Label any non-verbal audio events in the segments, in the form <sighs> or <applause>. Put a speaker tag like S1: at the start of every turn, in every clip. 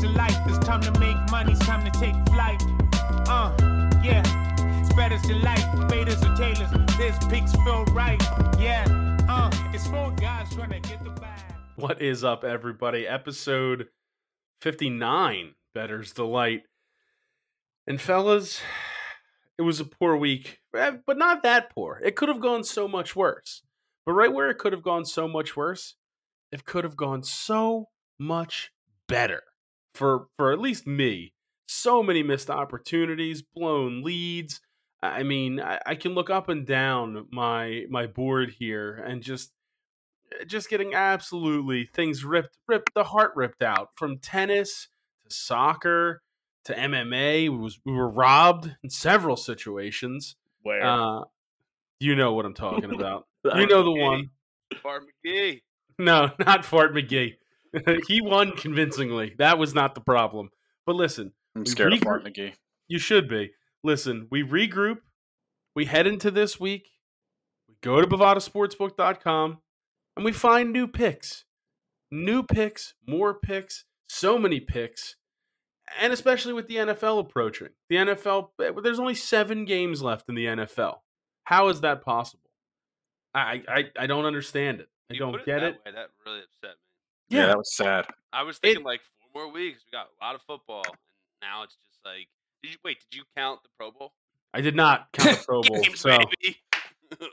S1: to life. It's time to make money, it's time to take flight. Uh, yeah. Spreaders delight, waiters and tailors. This pigs feel right. Yeah, uh, it's four guys trying to get the bag.
S2: What is up, everybody? Episode 59, Better's Delight. And fellas, it was a poor week, eh, but not that poor. It could have gone so much worse. But right where it could have gone so much worse, it could have gone so much better for for at least me. So many missed opportunities, blown leads. I I mean, I, I can look up and down my my board here and just just getting absolutely things ripped ripped the heart ripped out from tennis to soccer to MMA. We was we were robbed in several situations.
S3: Where?
S2: Uh, you know what I'm talking about.
S3: That
S2: you know the
S3: McGee.
S2: one.
S4: Bar McGee.
S2: No, <laughs> not Fart McGee. <laughs> he won convincingly. That was not the problem. But listen,
S5: I'm
S2: We
S5: scared
S2: regroup-
S5: of Bart McGee.
S2: you should be. Listen, we regroup. We head into this week. We go to bovadasportsbook.com and we find new picks. New picks, more picks, so many picks. And especially with the NFL approaching. The NFL, eh, there's only seven games left in the NFL. How is that possible? I, I, I don't understand it. I
S4: You
S2: don't
S4: put it
S2: get
S4: that
S2: it.
S4: Way, that really upset me.
S5: Yeah. that was sad.
S4: I was thinking like four more weeks. We got a lot of football, and now it's just like, did you wait? Did you count the Pro Bowl?
S2: I did not count the Pro Bowl.
S4: <laughs> Games,
S2: so
S4: baby.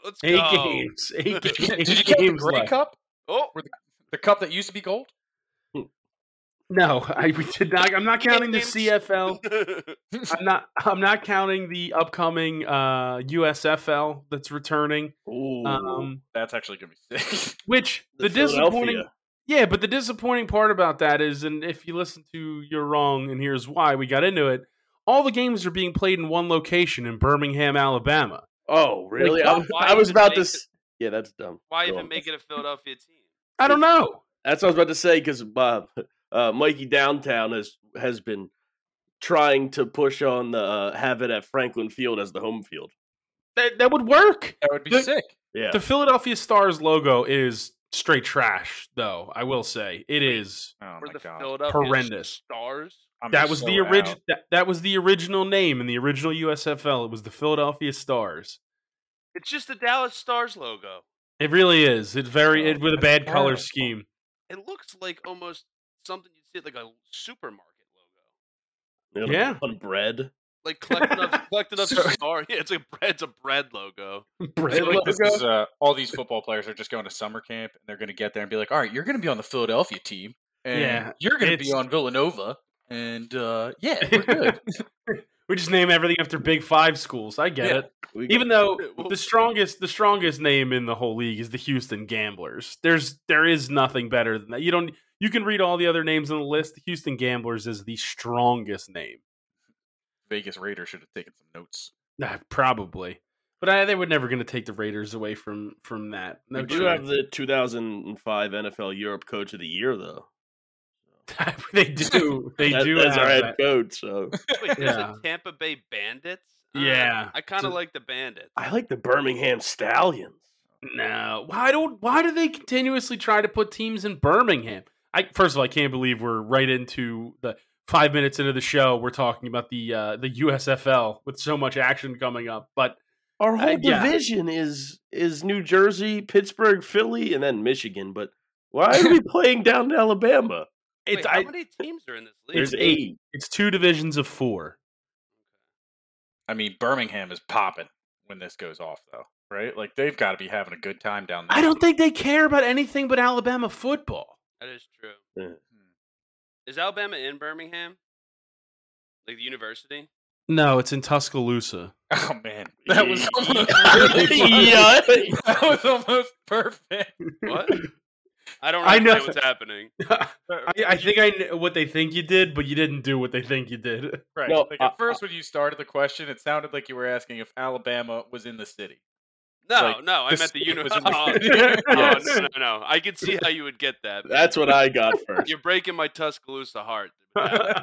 S4: Let's
S2: eight
S4: go.
S2: games, eight,
S4: Did
S5: <laughs>
S2: ga- eight
S5: Did you get the
S2: games
S5: Grey
S2: left.
S5: Cup?
S4: Oh,
S5: The cup that used to be gold?
S2: No, I we did not. I'm not counting the
S4: games.
S2: CFL. I'm not. I'm not counting the upcoming uh, USFL that's returning.
S3: Ooh,
S2: Um,
S5: That's actually gonna be <laughs> sick.
S2: which the disappointing. Yeah, but the disappointing part about that is, and if you listen to You're Wrong, and here's why we got into it. All the games are being played in one location in Birmingham, Alabama.
S3: Oh, really?
S4: why-
S3: I, was-
S4: why
S3: I was
S4: even
S3: about
S4: make
S3: to.
S4: it-
S3: s- Yeah, that's dumb.
S4: <laughs> why
S3: Go
S4: even
S3: on.
S4: make it a Philadelphia team?
S2: I don't know.
S3: That's what I was about to say because Bob, uh, Mikey Downtown has has been trying to push on the uh, have it at Franklin Field as the home field.
S2: That that would work.
S5: That would be
S2: The-
S5: sick.
S3: Yeah,
S2: The Philadelphia Stars logo is straight trash, though. I will say it is.
S5: Oh
S4: We're
S5: my
S4: the
S5: god.
S4: Philadelphia
S2: Horrendous.
S4: Stars.
S5: I'm
S2: that was
S5: so
S2: the
S5: out.
S2: original that, that was the original name in the original USFL. It was the Philadelphia Stars.
S4: It's just the Dallas Stars logo.
S2: It really is. It's very
S5: Oh,
S2: it with a
S5: that's
S2: bad color
S5: terrible.
S2: scheme.
S4: It looks like almost something you'd see at like a supermarket logo.
S3: You
S2: yeah.
S3: on bread.
S4: <laughs> Like collecting up, collecting up
S5: So-
S4: star. <laughs> Yeah, it's a bread. It's a bread logo.
S5: I feel
S2: Bread
S5: like this
S2: logo.
S5: is, uh, all these football players are just going to summer camp and they're going to get there and be like, all right, you're going to be on the Philadelphia team. And
S2: Yeah,
S5: You're going to be
S2: it's-
S5: on Villanova. And uh, yeah, we're
S2: <laughs>
S5: good.
S2: We just name everything after Big Five schools. I get
S5: Yeah.
S2: it.
S3: We
S2: Even though
S4: Well-
S2: the strongest the strongest name in the whole league is the Houston Gamblers. There's there is nothing better than that. You don't you can read all the other names on the list. The Houston Gamblers is the strongest name.
S5: Vegas Raiders should have taken some notes.
S2: Nah, probably. But I, they were never going to take the Raiders away from from that. No
S3: we do
S2: chance.
S3: have the 2005 NFL Europe Coach of the Year though.
S2: <laughs> they do. They
S3: That-
S2: do.
S3: as our
S2: have
S3: head
S2: <laughs> that.
S3: coach.
S2: <laughs>
S3: So
S4: Wait, there's
S2: Yeah.
S4: a Tampa Bay Bandits. I don't know.
S2: Yeah.
S4: I kind
S2: So-
S4: of like the Bandits.
S3: I like the Birmingham Stallions.
S2: No, why don't why do they continuously try to put teams in Birmingham? I first of all, I can't believe we're right into the five minutes into the show. We're talking about the uh, the USFL with so much action coming up, but
S3: Our
S2: Uh,
S3: whole
S2: yeah.
S3: division is is New Jersey, Pittsburgh, Philly, and then Michigan. But
S2: <laughs>
S3: why are we playing down in Alabama?
S4: Wait,
S2: it's
S4: how
S2: I,
S4: many teams are in this league?
S2: There's eight.
S3: <laughs>
S2: it's two divisions of four.
S5: I mean, Birmingham is popping when this goes off, though, right? Like, they've got to be having a good time down there.
S2: I don't think they care about anything but Alabama football.
S4: That is true.
S3: Yeah.
S4: Is Alabama in Birmingham? Like the university?
S2: No, it's in Tuscaloosa.
S5: <laughs> Oh, man. That was
S2: <laughs>
S3: Yeah. Yeah.
S5: almost, <laughs> that was almost perfect.
S2: <laughs>
S4: What? I don't
S2: I
S4: understand
S2: know.
S4: what's happening.
S2: <laughs> I, I think I kn- what they think you did, but you didn't do what they think you did.
S5: Right.
S3: No,
S5: like
S3: I-
S5: at first, when you started the question, it sounded like you were asking if Alabama was in the city.
S4: No,
S5: Like,
S4: no, I'm
S5: the
S4: at the
S5: state
S4: uni.
S5: was
S4: Oh, <laughs>
S5: in
S4: oh,
S5: the- <laughs>
S4: no,
S3: Yes.
S4: no, no. I could see how you would get
S2: <laughs>
S4: that. but
S3: That's what I got first.
S4: You're breaking my Tuscaloosa heart.
S2: <laughs> uh,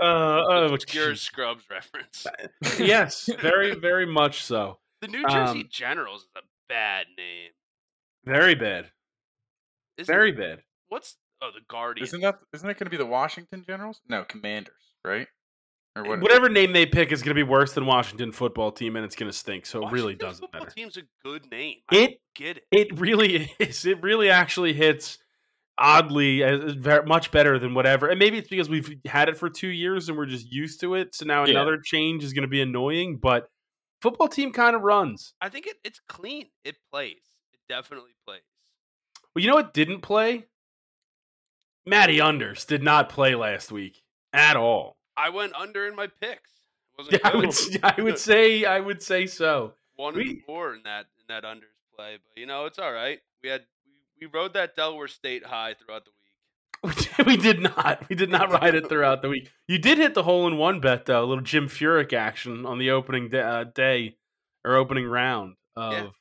S2: oh,
S4: Obscure
S2: geez.
S4: Scrubs reference.
S2: <laughs> yes, very, very much so.
S4: The New Jersey
S2: Um,
S4: Generals is a bad name.
S2: Very bad.
S4: Isn't
S2: Very bad.
S4: what's Oh, the Guardians.
S5: Isn't that isn't that going to be the Washington Generals? No, Commanders, right? Or what?
S2: Whatever name they pick is going to be worse than Washington football team, and it's going to stink. So it really
S4: Washington
S2: doesn't
S4: football
S2: matter.
S4: Team's a good name. I
S2: It
S4: get it.
S2: it really is. It really actually hits oddly as, as ver- much better than whatever. And maybe it's because we've had it for two years and we're just used to it. So now
S5: Yeah.
S2: another change is going to be annoying. But football team kind of runs.
S4: I think it, it's clean. It plays. It definitely plays.
S2: Well, you know what didn't play? Matty Unders did not play last week at all. <laughs>
S4: I went under in my picks. It wasn't
S2: Yeah, I
S4: good.
S2: would, s- <laughs> I would say I would say so. <laughs>
S4: one
S2: we-
S4: and four in that in that unders play, but you know it's all right. We had we, we rode that Delaware State high throughout the week.
S2: we did not. We did not ride it throughout the week. You did hit the hole in one bet though. A little Jim Furyk action on the opening da- uh, day or opening round of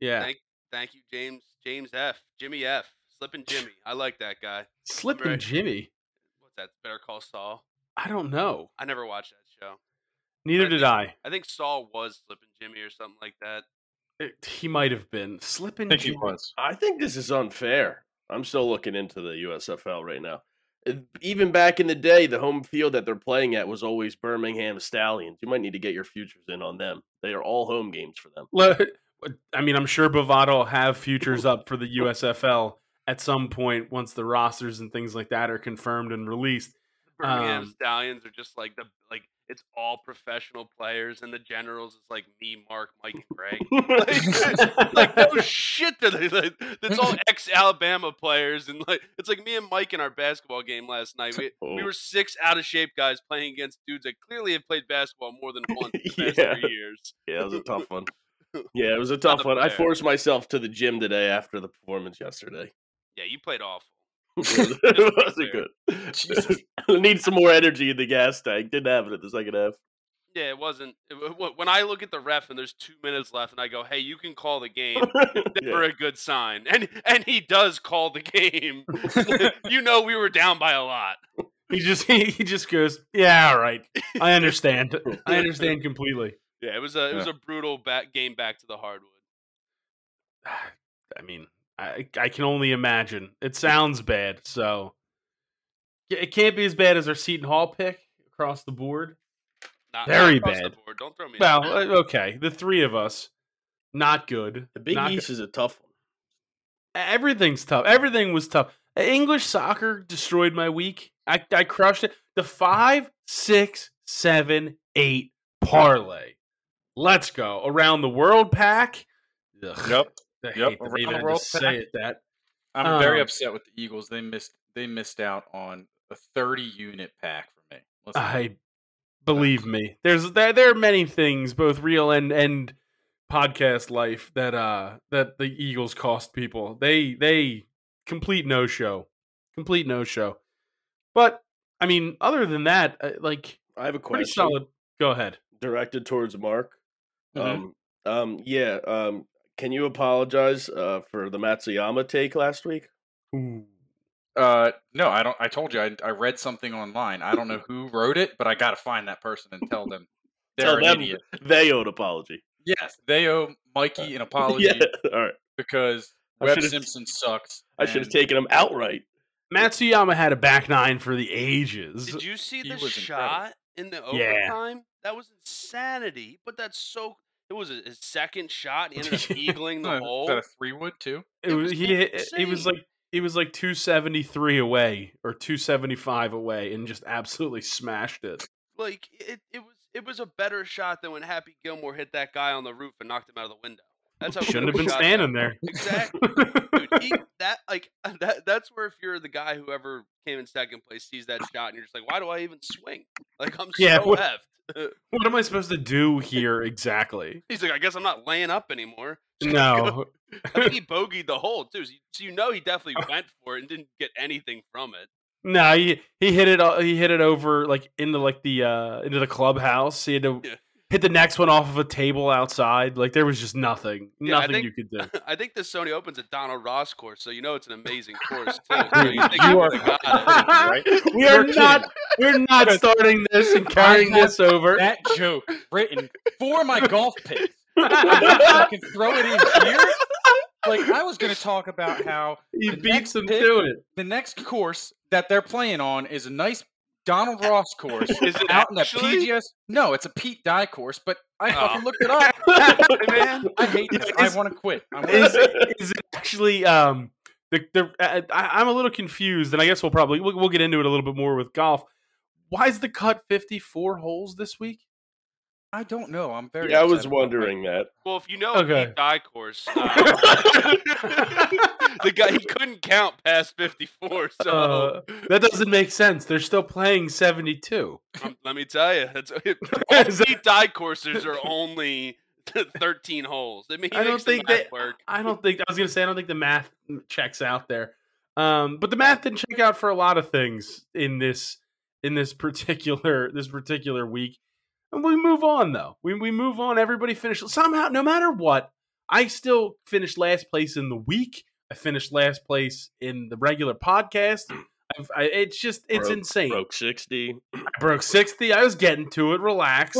S2: yeah,
S4: Thank- Thank you, James James F. Jimmy F. Slippin' Jimmy. I like that guy.
S2: slipping
S4: right.
S2: Jimmy.
S4: What's that? Better Call Saul.
S2: I don't know.
S4: I never watched that show.
S2: Neither
S4: I
S2: did
S4: think-
S2: I.
S4: I think Saul was Slippin' Jimmy or something like that.
S2: It- he might have been slipping.
S5: I think he
S2: Jimmy.
S3: <laughs>
S5: was.
S3: <laughs> I think this is unfair. I'm still looking into the USFL right now. Uh, Even back in the day, the home field that they're playing at was always Birmingham Stallions. You might need to get your futures in on them. They are all home games for them.
S2: Le- <laughs> I mean, I'm sure Bovada will have futures up for the USFL at some point once the rosters and things like that are confirmed and released.
S4: Birmingham
S2: Um,
S4: Stallions are just like the like it's all professional players, and the Generals is like me, Mark, Mike, and
S3: <laughs>
S4: Greg. like, like, no shit, they're the- like, that's
S3: <laughs>
S4: all ex Alabama players, and like it's like me and Mike in our basketball game last night. We we
S3: Oh.
S4: were six out of shape guys playing against dudes that clearly have played basketball more than once in the past
S3: <laughs> Yeah.
S4: three years.
S3: Yeah, it was a tough <laughs> one. Yeah, it was a tough
S4: Not
S3: one. I
S4: fair.
S3: forced myself to the gym today after the performance yesterday. <laughs>
S4: Yeah, you played awful.
S3: it wasn't
S4: fair.
S3: good.
S5: <laughs> Jesus.
S3: <laughs> I need some more energy in the gas tank. Didn't have it at the second half.
S4: Yeah, it wasn't. it wa- wa- when I look at the ref and there's two minutes left, and I go, "Hey, you can call the game."
S3: Yeah.
S4: Never a good sign, and and he does call the game. <laughs> you know we were down by a lot.
S2: He just <laughs> he, he just goes, yeah, all right. I understand. I understand completely.
S4: Yeah, it was a it was a brutal back game back to the hardwood.
S2: I mean, I I can only imagine. It sounds bad, so Yeah, it can't be as bad as our Seton Hall pick across the board.
S4: Not, not
S2: Very
S4: across the
S2: bad.
S4: board. Don't throw me.
S2: Well,
S4: under the
S2: uh, okay, the three of us, not good.
S3: The Big
S2: not
S3: East is a tough one.
S2: Everything's tough. Everything was tough. English soccer destroyed my week. I, I crushed it. The five, six, seven, eight parlay. Let's go around the world pack. Ugh,
S5: Nope.
S2: I
S5: Yep,
S2: hate that
S5: around
S2: they
S5: the
S2: even had to
S5: world
S2: say
S5: pack.
S2: it that.
S5: I'm very
S2: Um,
S5: upset with the Eagles. They missed. They missed out on a 30 unit pack for me. Listen,
S2: I believe me. There's there, there are many things, both real and and podcast life, that uh that the Eagles cost people. They they complete no show, complete no show. But I mean, other than that, uh, like
S3: I have a
S2: pretty
S3: question
S2: solid. Go ahead.
S3: directed towards Mark.
S5: Mhm.
S3: Um, um, yeah. Um, can you apologize uh, for the Matsuyama take last week?
S5: Uh, no, I don't. I told you I, I read something online. I don't know who wrote it, but I got to find that person and tell them they're
S3: Tell
S5: an
S3: them
S5: idiot.
S3: They owed apology. <laughs>
S5: Yes, they owe Mikey an apology
S3: Yeah. All right.
S5: because
S3: I
S5: Webb
S3: should've-
S5: Simpson sucks.
S3: I should have
S5: and
S3: taken him outright.
S2: Matsuyama had a back nine for the ages.
S4: Did you see
S5: he
S4: the
S5: was incredible.
S4: shot in the
S2: Yeah.
S4: overtime? That was insanity. But that's so. It was his- his second shot. He ended up eagling
S5: uh,
S4: the
S5: is
S4: hole.
S5: that a three wood too?
S2: it
S4: it
S2: was
S4: was
S2: he hit- it was
S4: insane.
S2: like he was like 273 away or 275 away and just absolutely smashed it.
S4: <laughs> Like it, it was. It was a better shot than when Happy Gilmore hit that guy on the roof and knocked him out of the window. That's how good
S2: Shouldn't have
S4: of a
S2: been
S4: shot that
S2: standing
S4: was.
S2: there. <laughs>
S4: Exactly. Dude, he, that like <laughs> that. That's where if you're the guy who ever came in second place sees that shot and you're just like, why do I even swing? Like I'm
S2: <laughs> Yeah,
S4: so
S2: what-
S4: effed.
S2: What am I supposed to do here exactly?
S4: He's like, I guess I'm not laying up anymore.
S2: No. <laughs>
S4: I think he bogeyed the hole too. So you, so you know he definitely went for it and didn't get anything from it.
S2: No, he, he hit it o- he hit it over like into like the uh into the clubhouse. He had to
S4: Yeah.
S2: hit the next one off of a table outside. Like there was just nothing.
S4: Yeah, I
S2: nothing
S4: think-
S2: you could
S4: <laughs>
S2: do.
S4: I think the Sony Open's a Donald Ross course, so you know it's an amazing course
S2: <laughs>
S4: too.
S5: <laughs>
S4: So you think
S5: you
S4: he
S5: are
S4: would've got it.
S2: We are
S5: We're
S2: not we're not starting this and carrying
S5: have
S2: this over.
S5: That <laughs> joke
S4: <laughs>
S5: written for my golf picks. I can throw it in here. like I was going to talk about how
S2: <laughs> He
S5: The
S2: beats
S5: next
S2: him
S5: pick-
S2: to it.
S5: the next course that they're playing on is a nice Donald Ross course
S4: Is it
S5: out in a
S4: actually?
S5: PGS. No, it's a Pete Dye course, but I
S4: Oh.
S5: fucking looked it up.
S4: Hey,
S3: <laughs>
S4: man. <laughs>
S5: I hate this. I
S2: Is-
S5: want to quit. I wanna
S2: Is,
S5: quit.
S2: is it actually um the, the I, I- I'm a little confused, and I guess we'll probably we'll, we'll get into it a little bit more with golf. Why is the cut 54 holes this week? <laughs>
S5: I don't know. I'm very.
S3: Yeah, I was
S5: upset about that.
S3: wondering that.
S4: Well, if you know
S2: Okay.
S4: okay. die
S2: <laughs>
S4: course, uh, the guy he couldn't count past fifty-four. So
S2: Uh, That doesn't make sense. They're still playing 72.
S4: um, let me tell you, that's <laughs>
S2: <laughs> Is that-
S4: Pete die coursers are only <laughs> thirteen holes. I mean, he
S2: I don't
S4: makes the
S2: think
S4: math
S2: that-
S4: work.
S2: I don't think I was gonna say I don't think the math checks out there. Um, but the math didn't check out for a lot of things in this in this particular <laughs> this particular week. And we move on though. We we move on. Everybody finished somehow, no matter what. I still finished last place in the week. I finished last place in the regular podcast. I've, I, it's just it's
S3: Broke-
S2: insane.
S3: Broke 60.
S2: I broke 60. I was getting to it. Relax.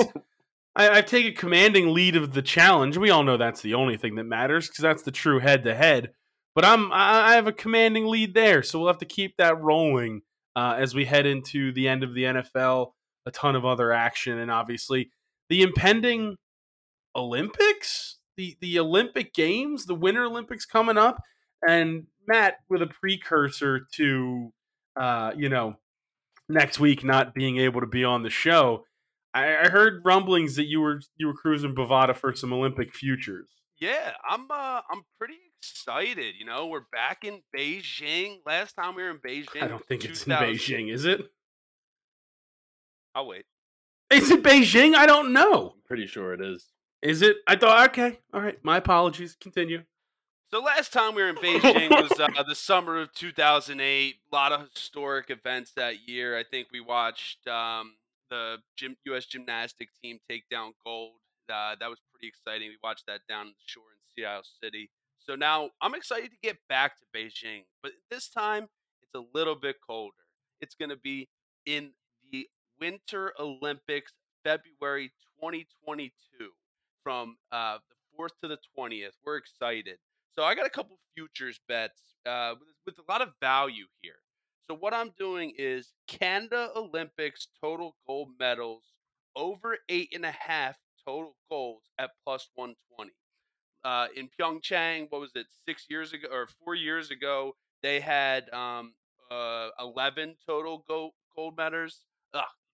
S2: I, I take a commanding lead of the challenge. We all know that's the only thing that matters because that's the true head to head. But I'm I I have a commanding lead there, so we'll have to keep that rolling uh, as we head into the end of the NFL. A ton of other action, and obviously the impending Olympics, the the Olympic Games, the Winter Olympics coming up, and Matt with a precursor to uh, you know next week not being able to be on the show. I, I heard rumblings that you were you were cruising Bovada for some Olympic futures.
S4: Yeah, I'm uh, I'm pretty excited. You know, we're back in Beijing. Last time we were in Beijing,
S2: I don't think
S4: was
S2: it's in
S4: 2000
S2: Beijing, is it?
S4: I'll Oh, wait.
S2: Is it Beijing? I don't know.
S3: I'm pretty sure it <laughs> is.
S2: Is it? I thought okay, all right. My apologies. Continue.
S4: So last time we were in Beijing was uh, the summer of 2008. A lot of historic events that year. I think we watched um, the gym, U.S. gymnastic team take down gold. Uh, that was pretty exciting. We watched that down the shore in Seattle City. So now I'm excited to get back to Beijing, but this time it's a little bit colder. It's going to be in the Winter Olympics, February 2022, from uh, the 4th to the 20th. We're excited. So I got a couple futures bets uh, with, with a lot of value here. So what I'm doing is Canada Olympics total gold medals over eight and a half total goals at plus 120. Uh, in Pyeongchang, what was it, six years ago or four years ago, they had um, uh, 11 total gold, gold medals.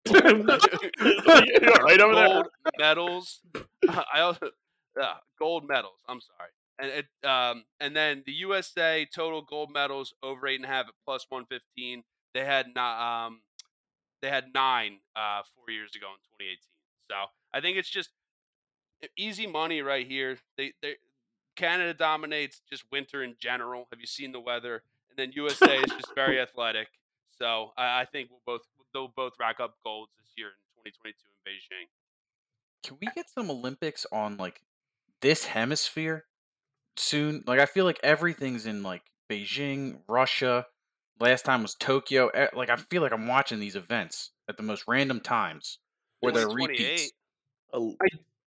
S4: <laughs>
S3: <laughs> You're right over there.
S4: gold medals. I also uh, gold medals. I'm sorry. And it, um, and then the USA total gold medals over eight and a half at plus one fifteen. They had ni- um, they had nine uh, four years ago in 2018. So I think it's just e- easy money right here. They they Canada dominates just winter in general. Have you seen the weather? And then USA is just very athletic. So I, I think we'll both they'll both rack up golds this year in 2022 in Beijing.
S5: Can we get some Olympics on like this hemisphere soon? Like I feel like everything's in like Beijing, Russia. Last time was Tokyo. eh, Like I feel like I'm watching these events at the most random times where
S4: It was
S5: they're
S4: 28.
S5: repeats.
S3: Oh,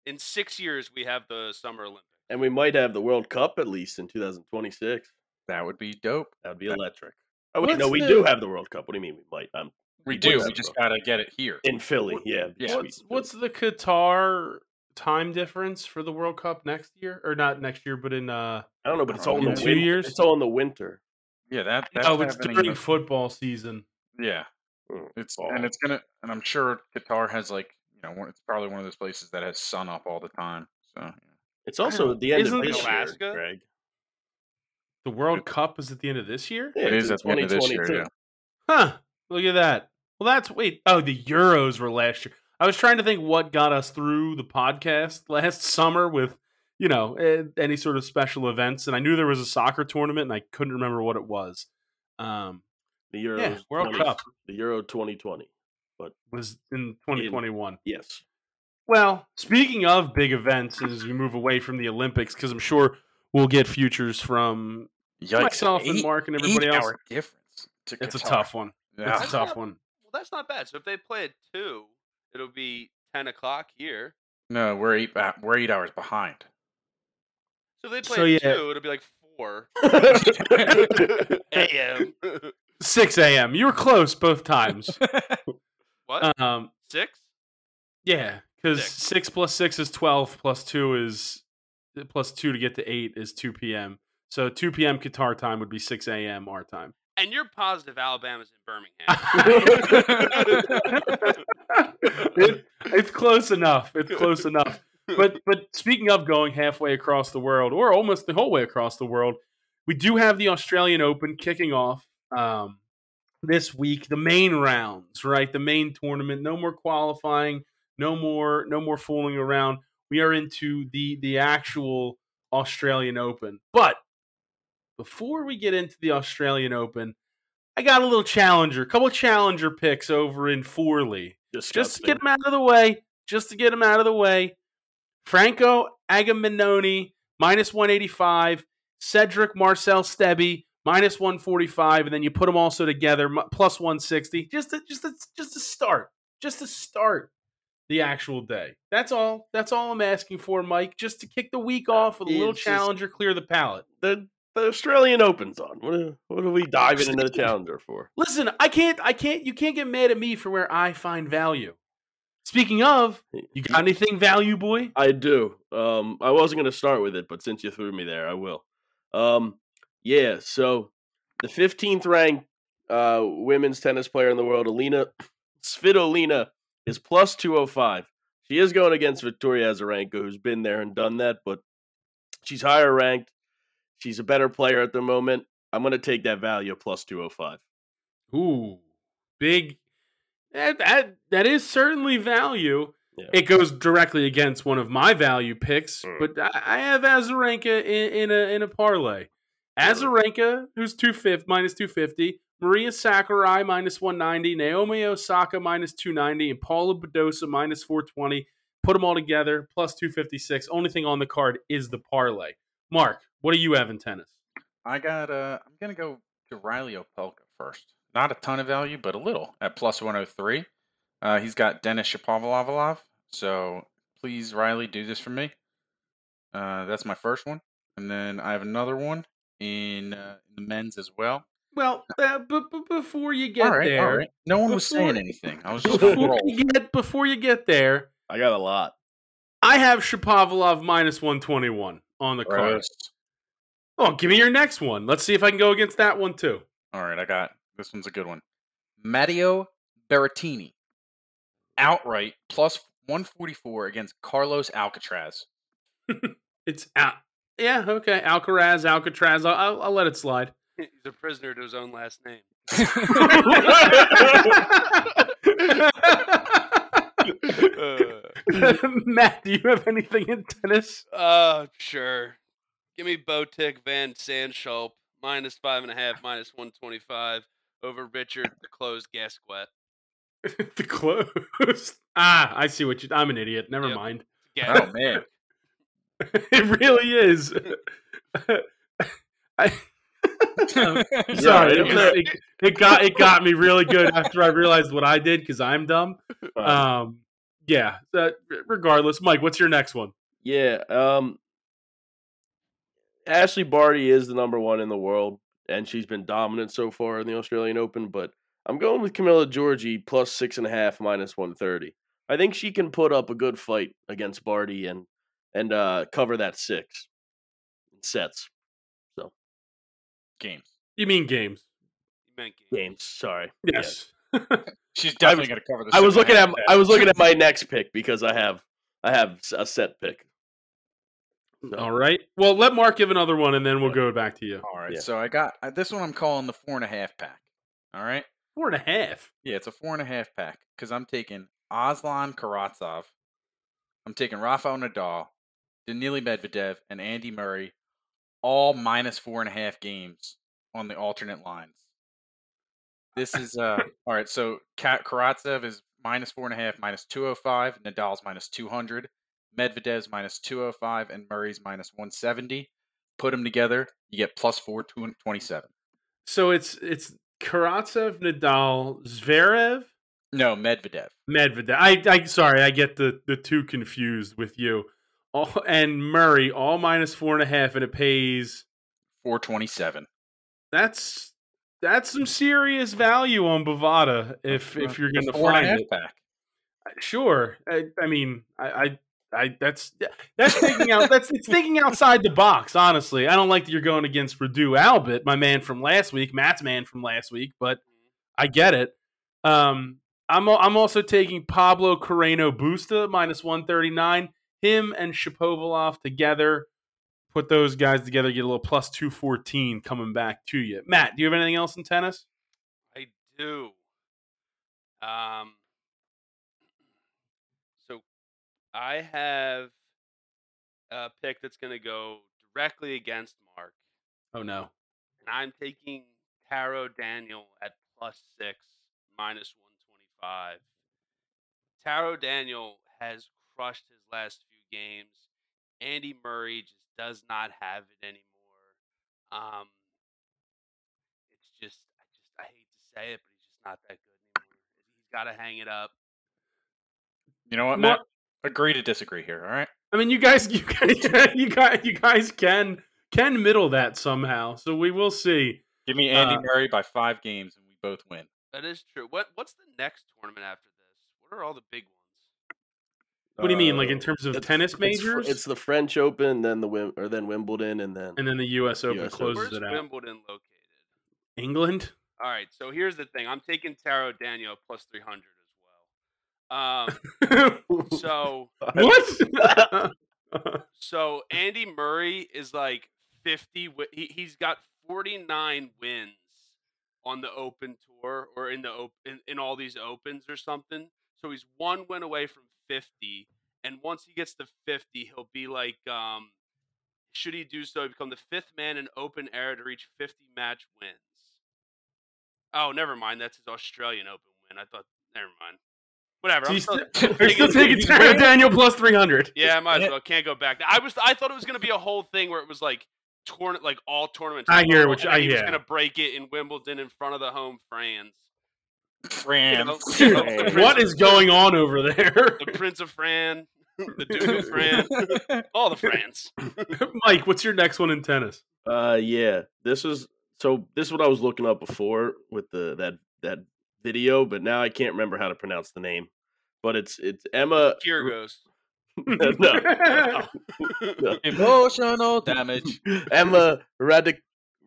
S4: In six years, we have the Summer Olympics.
S3: And we might have the World Cup at least in 2026.
S5: That would be dope.
S3: That would be electric. Oh, wait, no,
S2: What's
S3: we
S2: the-
S3: do have the World Cup. What do you mean we might? I'm
S5: We
S3: would
S5: do. We
S3: have
S5: just
S3: a-
S5: gotta get it here.
S3: in Philly.
S2: What-
S3: yeah.
S5: yeah.
S2: What's what's the Qatar time difference for the World Cup next year, or not next year, but in uh
S3: I don't know, but it's
S5: Oh,
S3: all in the
S5: in
S2: two
S3: winter.
S2: years?
S3: It's all in the winter.
S5: Yeah, that. That's
S2: oh, it's
S5: happening
S2: during
S5: in-
S2: football season.
S5: Yeah.
S3: Mm,
S5: It's
S3: fall.
S5: and it's gonna and I'm sure Qatar has like you know one, it's probably one of those places that has sun up all the time. So yeah.
S3: It's also at the end
S2: Isn't
S3: of this
S4: Alaska?
S3: year, Greg.
S2: The World Cup is at the end of this year.
S3: Yeah,
S5: it
S3: it's
S5: is
S3: in
S5: at the end of this year.
S3: 2022.
S5: Yeah.
S2: Huh. Look at that. Well, that's wait. Oh, the Euros were last year. I was trying to think what got us through the podcast <laughs> last summer with, you know, eh, any sort of special events. And I knew there was a soccer tournament and I couldn't remember what it was. Um,
S3: The Euro
S2: yeah, World Cup
S3: The Euro 2020.
S2: was in 2021.
S3: Yes. <laughs>
S2: Well, speaking of big events, as we move away from the Olympics, because I'm sure we'll get futures from
S5: Yikes.
S2: myself and
S5: Eight-
S2: Mark and everybody
S5: eight
S2: else.
S5: hour difference. to
S2: It's a
S5: Qatar.
S2: tough one.
S5: Yeah.
S2: It's a
S5: <laughs>
S2: tough one.
S4: Well, that's not bad. So if they play at two, it'll be ten o'clock here.
S5: <laughs> No, we're eight. ba- We're eight uh, hours behind.
S4: So if they play
S2: So,
S4: at
S2: yeah.
S4: two, it'll be like <laughs> 4
S3: That's
S4: a.m.
S2: 6 a.m. You were close both
S5: <laughs>
S2: times.
S4: what?
S2: um,
S4: Six?
S2: yeah, because
S4: Six.
S2: 6 plus 6 is 12, plus 2 is plus 2 to get to 8 is 2 p.m. So 2 p.m. Qatar time would be 6 a.m. our time.
S4: And you're positive Alabama's in <laughs> Birmingham.
S2: It- it's close enough. It's close enough. But but speaking of going halfway across the world, or almost the whole way across the world, we do have the Australian Open kicking off um, this week. The main rounds, right? The main tournament. No more qualifying. No more. No more fooling around. We are into the the actual Australian Open. But before we get into the Australian Open, I got a little challenger, couple challenger picks over in Forley just to get him out of the way. Just to get him out of the way. Franco Agaminoni, minus 185. Cedric Marcel Stebby, minus 145. And then you put them also together, mu- plus 160. Just to, just to, just to start. Just to start the actual day. That's all. That's all I'm asking for, Mike. Just to kick the week off with a little
S3: Uh, It's just-
S2: challenger, clear the palate.
S3: the, the Australian Open's on. What are, what are we diving into the calendar for?
S2: Listen, I can't, I can't, you can't get mad at me for where I find value. Speaking of,
S3: <laughs>
S2: you got anything value, boy?
S3: I do. Um, I wasn't going to start with it, but since you threw me there, I will. Um, yeah. So the 15th ranked uh, women's tennis player in the world, Alina <clears throat> Svitolina, is plus 205. She is going against Victoria Azarenka, who's been there and done that, but she's higher ranked. She's a better player at the moment. I'm going to take that value of plus 205.
S2: Ooh, big. That, that that is certainly value.
S3: Yeah.
S2: It goes directly against one of my value picks,
S5: Hmm.
S3: Mm.
S2: but I, I have Azarenka in, in a in a parlay.
S5: Hmm.
S2: Azarenka, who's two fifty minus two fifty, Maria Sakurai minus one ninety, Naomi Osaka minus two ninety, and Paula Bedosa minus four twenty. Put them all together, plus two fifty six. Only thing on the card is the parlay. Mark, what do you have in tennis?
S5: I got. Uh, I'm gonna go to Riley Opelka first. Not a ton of value, but a little at plus 103. Uh, he's got Dennis Shapovalov. So please, Riley, do this for me. Uh, that's my first one, and then I have another one in uh, the men's as well.
S2: Well, uh, b- b- before you get
S5: all right,
S2: there,
S5: all right. No one was
S2: <laughs>
S5: saying
S2: Before-
S5: anything. I was just on a
S2: before
S5: roll.
S2: you get before you get there,
S3: I got a lot.
S2: I have Shapovalov minus one twenty one on the card.
S5: Gross.
S2: Oh, give me your next one. Let's see if I can go against that one too.
S5: All right, I got this one's a good one. Matteo Berrettini outright plus 144 against Carlos Alcatraz.
S2: It's out. Yeah, okay. Alcaraz, Alcatraz. I'll, I'll, I'll let it slide. <laughs>
S4: He's a prisoner to his own last name.
S2: Matt, do you have anything in tennis?
S4: <laughs> Uh, sure. Give me Botic Van Sandschulp, minus five and a half, minus 125, over Richard, the closed Gasquet.
S2: the close. Ah, I see what you. I'm an idiot. Never
S4: Yep.
S2: mind.
S4: Gas-
S5: Oh <laughs> man.
S2: <laughs> it really is. <laughs> I, <laughs> I'm sorry,
S3: Yeah,
S2: Oh. it, was- it, it got it got me really good after I realized what I did because I'm dumb.
S3: Uh,
S2: Um, yeah. That, regardless, Mike, what's your next one?
S3: Yeah. Um Ashley Barty is the number one in the world, and she's been dominant so far in the Australian Open, but I'm going with Camilla Georgie plus six and a half minus one thirty. I think she can put up a good fight against Barty and and uh cover that six in sets.
S5: Games.
S2: You mean games?
S4: You meant game.
S3: Games, sorry. Yeah.
S2: Yes.
S5: She's definitely going to cover this.
S3: I was looking at I was looking at my next pick because I have I have s- a set pick. So,
S2: All right. Well, let Mark give another one, and then we'll go back to you.
S5: All right,
S3: Yeah.
S5: so I got uh, this one. I'm calling the four and a half pack. All right.
S2: Four and a half.
S5: Yeah, it's a four and a half pack because I'm taking Aslan Karatsov. I'm taking Rafael Nadal, Danili Medvedev, and Andy Murray, all minus four and a half games on the alternate lines. This is uh all right. So Ka- Karatsev is minus four and a half, minus two hundred five. Nadal's minus two hundred. Medvedev's minus two hundred five, and Murray's minus one seventy. Put them together, you get plus four twenty seven.
S2: So it's it's Karatsev, Nadal, Zverev,
S5: No, Medvedev.
S2: Medvedev. I, I sorry, I get the the two confused with you. All, and Murray all minus four and a half, and it pays
S5: 427.
S2: That's that's some serious value on Bovada if if you're going to
S5: Four and a
S2: find
S5: half
S2: it.
S5: back.
S2: Sure. I, I mean, I, I, I that's that's thinking out that's it's thinking outside the box. Honestly, I don't like that you're going against Purdue Albert, my man from last week, Matt's man from last week, but I get it. Um, I'm al- I'm also taking Pablo Carreno Busta minus one thirty nine. Him and Shapovalov together. Put those guys together, get a little plus two fourteen coming back to you. Matt, do you have anything else in tennis?
S4: I do. Um, so I have a pick that's going to go directly against Mark,
S2: Oh no.
S4: and I'm taking Taro Daniel at plus six, minus 125. Taro Daniel has crushed his last few games. Andy Murray just does not have it anymore. Um, it's just, I just, I hate to say it, but he's just not that good anymore. He's got to hang it up.
S5: You know what,
S2: Mar-
S5: Matt? Agree to disagree here, all right?
S2: I mean, you guys, <laughs> you guys, you guys, you guys can can middle that somehow. So we will see.
S5: Give me Andy
S2: Uh,
S5: Murray by five games and we both win.
S4: That is true. What What's the next tournament after this? What are all the big ones?
S2: What do you mean, like in
S3: Uh,
S2: terms of
S3: it's-
S2: tennis
S3: it's fr-
S2: majors?
S3: It's, the French Open, then the Wim- or then Wimbledon, and then <laughs>
S2: and then the U.S. Open
S3: US Open.
S2: closes
S4: Where's
S2: it out.
S4: Wimbledon located?
S2: England.
S4: All right, so here's the thing. I'm taking Taro Daniel at plus 300 as
S2: <laughs>
S4: well. Um, so <laughs>
S2: what?
S4: so Andy Murray is like 50 wi- he, he's got 49 wins on the open tour or in the open in, in all these opens or something. So he's one win away from 50 and once he gets to 50 he'll be like um should he do so become the fifth man in open era to reach 50 match wins. Oh, never mind. That's his Australian Open win. I thought never mind. Whatever.
S2: So
S4: I'm
S2: you
S4: still-
S2: still,
S5: <laughs>
S2: <laughs> you're still taking
S5: He's
S2: Tara
S5: winning.
S2: Daniel plus three
S4: <laughs>
S2: hundred.
S4: yeah, might as
S5: it.
S4: well. Can't go back. I was I thought it was gonna be a whole thing where it was like torn like all tournaments.
S2: I
S4: like,
S2: hear
S4: oh,
S2: what
S4: and
S2: you-
S4: then
S2: I
S4: he was
S2: hear.
S4: gonna break it in Wimbledon in front of the home fans. You know,
S2: <laughs>
S5: France.
S4: you know, the
S3: Hey.
S4: Prince
S2: What
S4: of-
S2: is going on over
S4: <laughs>
S2: there, <laughs>
S4: The Prince of Fran, <laughs> the Duke of Fran,
S2: <laughs>
S4: all the Frans.
S2: Mike? What's your next one in tennis?
S3: Uh yeah. This is so this is what I was looking up before with the that that video, but now I can't remember how to pronounce the name. But it's it's
S2: <laughs>
S3: Emma <laughs>
S4: Kyrgios.
S3: no, no, no.
S5: Emotional <laughs> damage.
S3: Emma Radic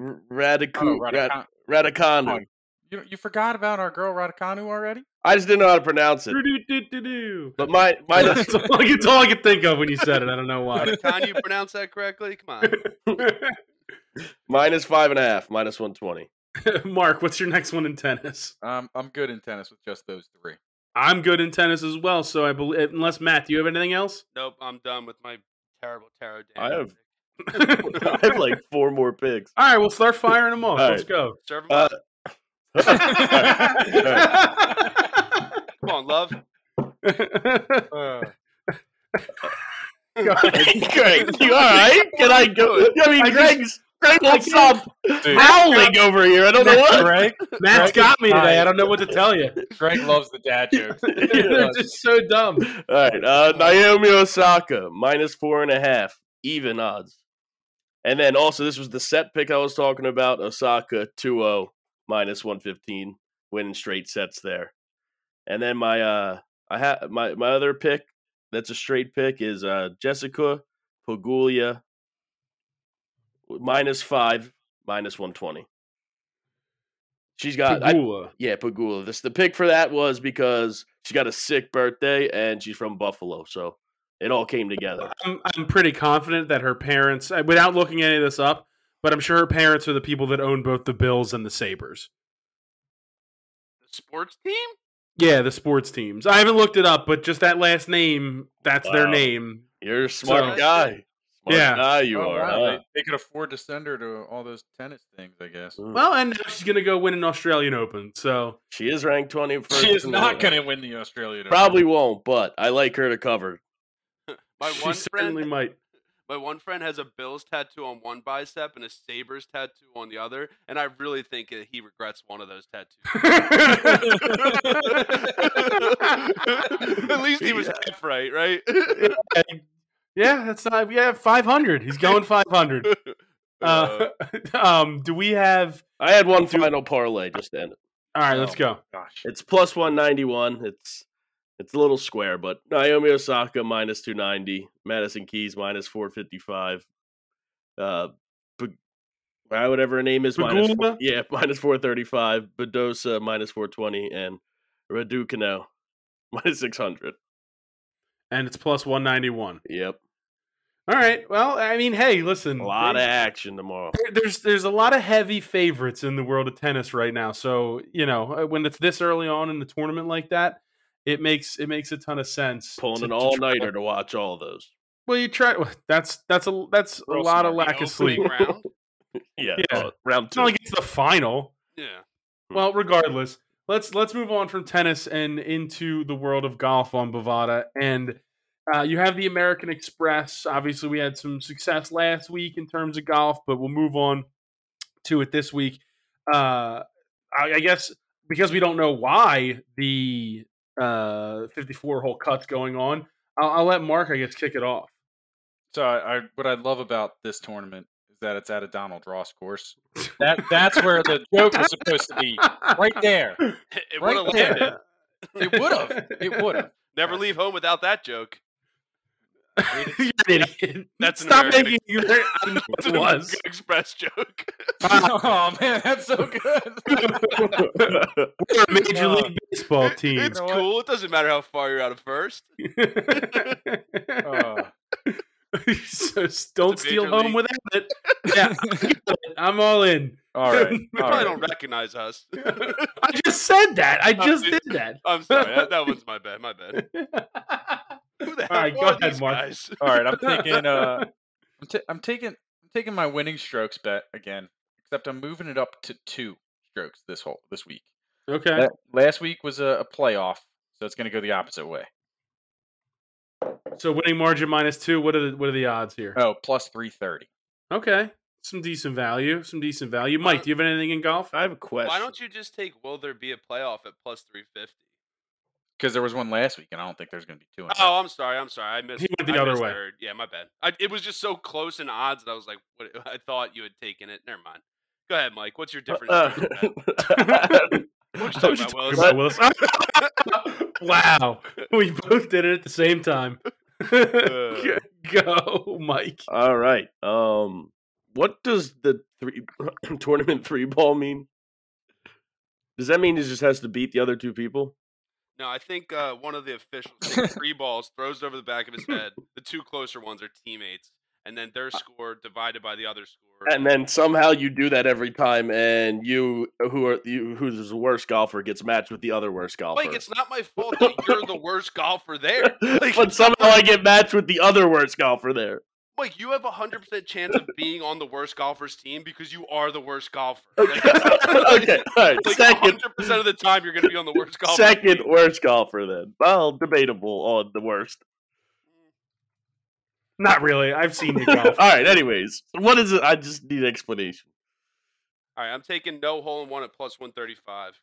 S3: Radicu
S5: Oh,
S3: Rad-
S5: Raducanu.
S3: Radicanu.
S5: You, you forgot about our girl Raducanu already?
S3: I just didn't know how to pronounce it.
S2: Do-do-do-do-do.
S3: But my
S2: <laughs>
S3: my
S2: That's all, I- it's all I could think of when you said it. I don't know
S3: <laughs>
S2: why. <laughs>
S4: Can you pronounce that correctly? Come on.
S3: minus five and a half, minus one twenty. <laughs>
S2: Mark, what's your next one in tennis?
S5: Um, I'm good in tennis with just those
S2: <laughs>
S5: three.
S2: I'm good in tennis as well, so I believe. Unless Matt, do you have anything else? <laughs>
S4: Nope, I'm done with my terrible tarot
S3: I
S4: Daniel
S3: have-
S4: pick.
S2: All
S3: I have like four
S2: <laughs>
S3: more picks. <laughs>
S2: right, we'll start firing them off.
S3: All
S2: Let's <laughs> go.
S4: Serve 'em
S3: Uh,
S4: up.
S3: Alright.
S4: Come on, love.
S5: <laughs> Uh,
S3: Greg,
S2: <laughs>
S3: you all right? Can I go? I mean,
S2: I just-
S3: Greg's Greg
S2: I
S3: won't stop
S5: dude,
S3: howling over here. I don't know what.
S5: Greg,
S2: Matt's
S5: Greg
S2: got me
S5: is
S2: today. I
S5: tied.
S2: don't know what to tell you.
S5: Greg loves the dad
S2: <laughs>
S3: <laughs>
S5: jokes.
S2: They're just so dumb.
S3: All right, uh, Naomi Osaka minus four and a half, even odds. And then also, this was the set pick I was talking about. Osaka 2-0, minus one fifteen, winning straight sets there. And then my uh, I have my my other pick that's a straight pick is uh, Jessica Paglia minus five, minus one twenty. She's got I-
S2: Pagula.
S3: yeah, Pagula. This the pick for that was because she got a sick birthday and she's from Buffalo, so it all
S2: <laughs>
S3: came together.
S2: I'm, I'm pretty confident that her parents, uh, without looking any of this up, but I'm sure her parents are the people that own both the Bills and the Sabers.
S4: The sports team?
S2: Yeah, the sports teams. I haven't looked it up, but just that last name, that's their
S3: Wow.
S2: name.
S3: You're a smart
S2: So-
S3: guy. Smart
S2: Yeah.
S3: guy you
S5: Oh,
S3: are.
S5: wow,
S3: huh?
S5: they, they could afford to send her to all those tennis things, I guess.
S3: Mm.
S2: Well, and now she's going to go win an Australian Open. So
S3: She is ranked 21st.
S5: She is
S3: in the
S5: not
S3: world.
S5: going to win the Australian. Open.
S3: Probably won't, but I like her to cover.
S4: My
S2: she
S4: one friend
S2: certainly might. <laughs>
S4: My one friend has a Bills tattoo on one bicep and a Sabres tattoo on the other, and I really think that he regrets one of those tattoos. At least he was half right,
S5: <laughs>
S4: right?
S3: <laughs>
S2: yeah, that's not. Yeah, five hundred. He's going five hundred. Uh, <laughs> um, do we have?
S3: I had one final parlay just to end it.
S2: All right, let's go.
S5: Gosh.
S3: It's plus one ninety one. It's it's a little square, but Naomi Osaka minus two ninety, Madison Keys minus four fifty five, uh, Pag- ah, whatever her name is, minus four,
S2: Pagula?
S3: yeah, <laughs> minus four thirty five, Bedosa minus four twenty, and Raducano <laughs> minus six hundred.
S2: And it's plus one ninety one.
S3: Yep,
S2: All right. Well, I mean, hey, listen,
S3: a lot of
S2: there-
S3: action tomorrow.
S2: there's there's a lot of heavy favorites in the world of tennis right now. So you know uh, when it's this early on in the tournament like that, it makes it makes a ton of sense.
S3: Pulling
S2: to-
S3: an
S2: to
S3: all
S2: try-
S3: nighter to watch all those.
S2: Well, you try. <laughs> well, That's that's a that's a
S3: Real
S2: lot of
S3: smart.
S2: lack
S4: The
S2: of sleep.
S4: opening round?
S3: Yeah,
S2: Yeah.
S3: uh, round
S2: It's
S3: two.
S2: not like it's the final.
S4: Yeah.
S2: Well, regardless, let's let's move on from tennis and into the world of golf on Bovada. And uh, you have the American Express. Obviously, we had some success last week in terms of golf, but we'll move on to it this week. Uh, I, I guess because we don't know why the uh, 54 hole cut's going on, I'll, I'll let Mark, I guess, kick it off.
S5: So I, I what I love about this tournament is that it's at a Donald Ross course. That that's where the joke was supposed to be. Right there.
S4: It, <laughs> it
S5: Right
S4: would've
S5: there.
S4: landed.
S5: It would have. It
S3: <laughs>
S5: would have.
S4: Never leave home without that joke. <laughs>
S2: You're an idiot.
S4: That's an
S2: Stop
S4: American
S2: making you. I knew
S4: It's
S2: it
S4: an American
S2: was.
S4: Express joke.
S5: <laughs> oh man, that's
S3: <laughs>
S5: so good.
S2: We're a major
S5: No.
S2: league baseball
S4: It-
S2: team.
S4: It's
S5: You know what?
S4: cool. It doesn't matter how far you're out of first.
S2: <laughs>
S5: Oh.
S2: so s- don't
S4: It's a
S2: steal
S4: major
S2: home
S4: league.
S2: without it. Yeah,
S4: <laughs>
S2: I'm all in.
S5: all right.
S2: You
S4: You
S5: all
S4: probably
S5: right.
S4: don't recognize us. <laughs>
S2: I just said that. I
S4: Oh,
S2: just
S4: dude.
S2: did that.
S4: I'm sorry. That, that one's my bad. My
S5: <laughs>
S4: bad. Who the hell
S2: right, go
S4: are
S2: ahead,
S4: these
S2: Mark.
S4: guys?
S5: All right, I'm
S3: <laughs>
S5: taking uh I'm, ta- I'm taking I'm taking my winning strokes bet again, except I'm moving it up to 2 strokes this whole this week.
S2: <laughs> okay.
S5: La- Last week was a, a playoff, so it's going to go the opposite way.
S2: So winning margin minus two. What are the what are the odds here?
S5: Oh, plus 330.
S2: Okay, some decent value. Some decent value. Mike, do you have anything in golf?
S4: Uh,
S3: I have a
S4: <laughs>
S3: question.
S4: Why don't you just take "Will there be a playoff" at plus three fifty?
S5: Cuz there was one last week and I don't think there's going to be <laughs> two in that.
S4: Oh, I'm sorry. I'm sorry. I missed.
S2: He went the
S4: I
S2: other way.
S4: misheard. Yeah, my bad. I, it was just so close in odds that I was like, what, <laughs> I thought you had taken it. Never mind. Go ahead, Mike. What's your difference?
S3: Uh, <laughs>
S4: What you
S3: I
S4: talking
S3: was
S4: about,
S3: just-
S4: Willis?
S2: Goodbye, Willis. <laughs> wow, we both did it at the same time. <laughs>
S4: Uh,
S2: Go, Mike.
S3: All right. Um, what does the three <clears throat> tournament three ball mean? Does that mean he just has to beat the other two people?
S4: No, I think uh, one of the officials takes three balls, throws it over the back of his head. The two closer ones are teammates, and then their score divided by the other score.
S3: And <laughs> then somehow you do that every time, and you who are you who's the worst golfer gets matched with the other worst golfer.
S4: Mike, it's
S3: <laughs>
S4: not my fault that you're the worst golfer there. Like,
S3: but somehow I get matched with the other worst golfer there.
S4: Mike, you have a hundred percent chance of being on the worst golfers team because you are the worst golfer. Like, it's-
S3: <laughs> okay, all right.
S4: Like
S3: second,
S4: 100% of <laughs> the time, you're going to be on the worst golfer.
S3: second worst golfer then. Well, debatable on the worst.
S2: Not really. I've seen
S4: <laughs>
S2: you
S3: <laughs> all
S2: golf.
S3: right. Anyways, what is it? I just need explanation.
S4: All right, I'm taking no hole in one at plus 135 because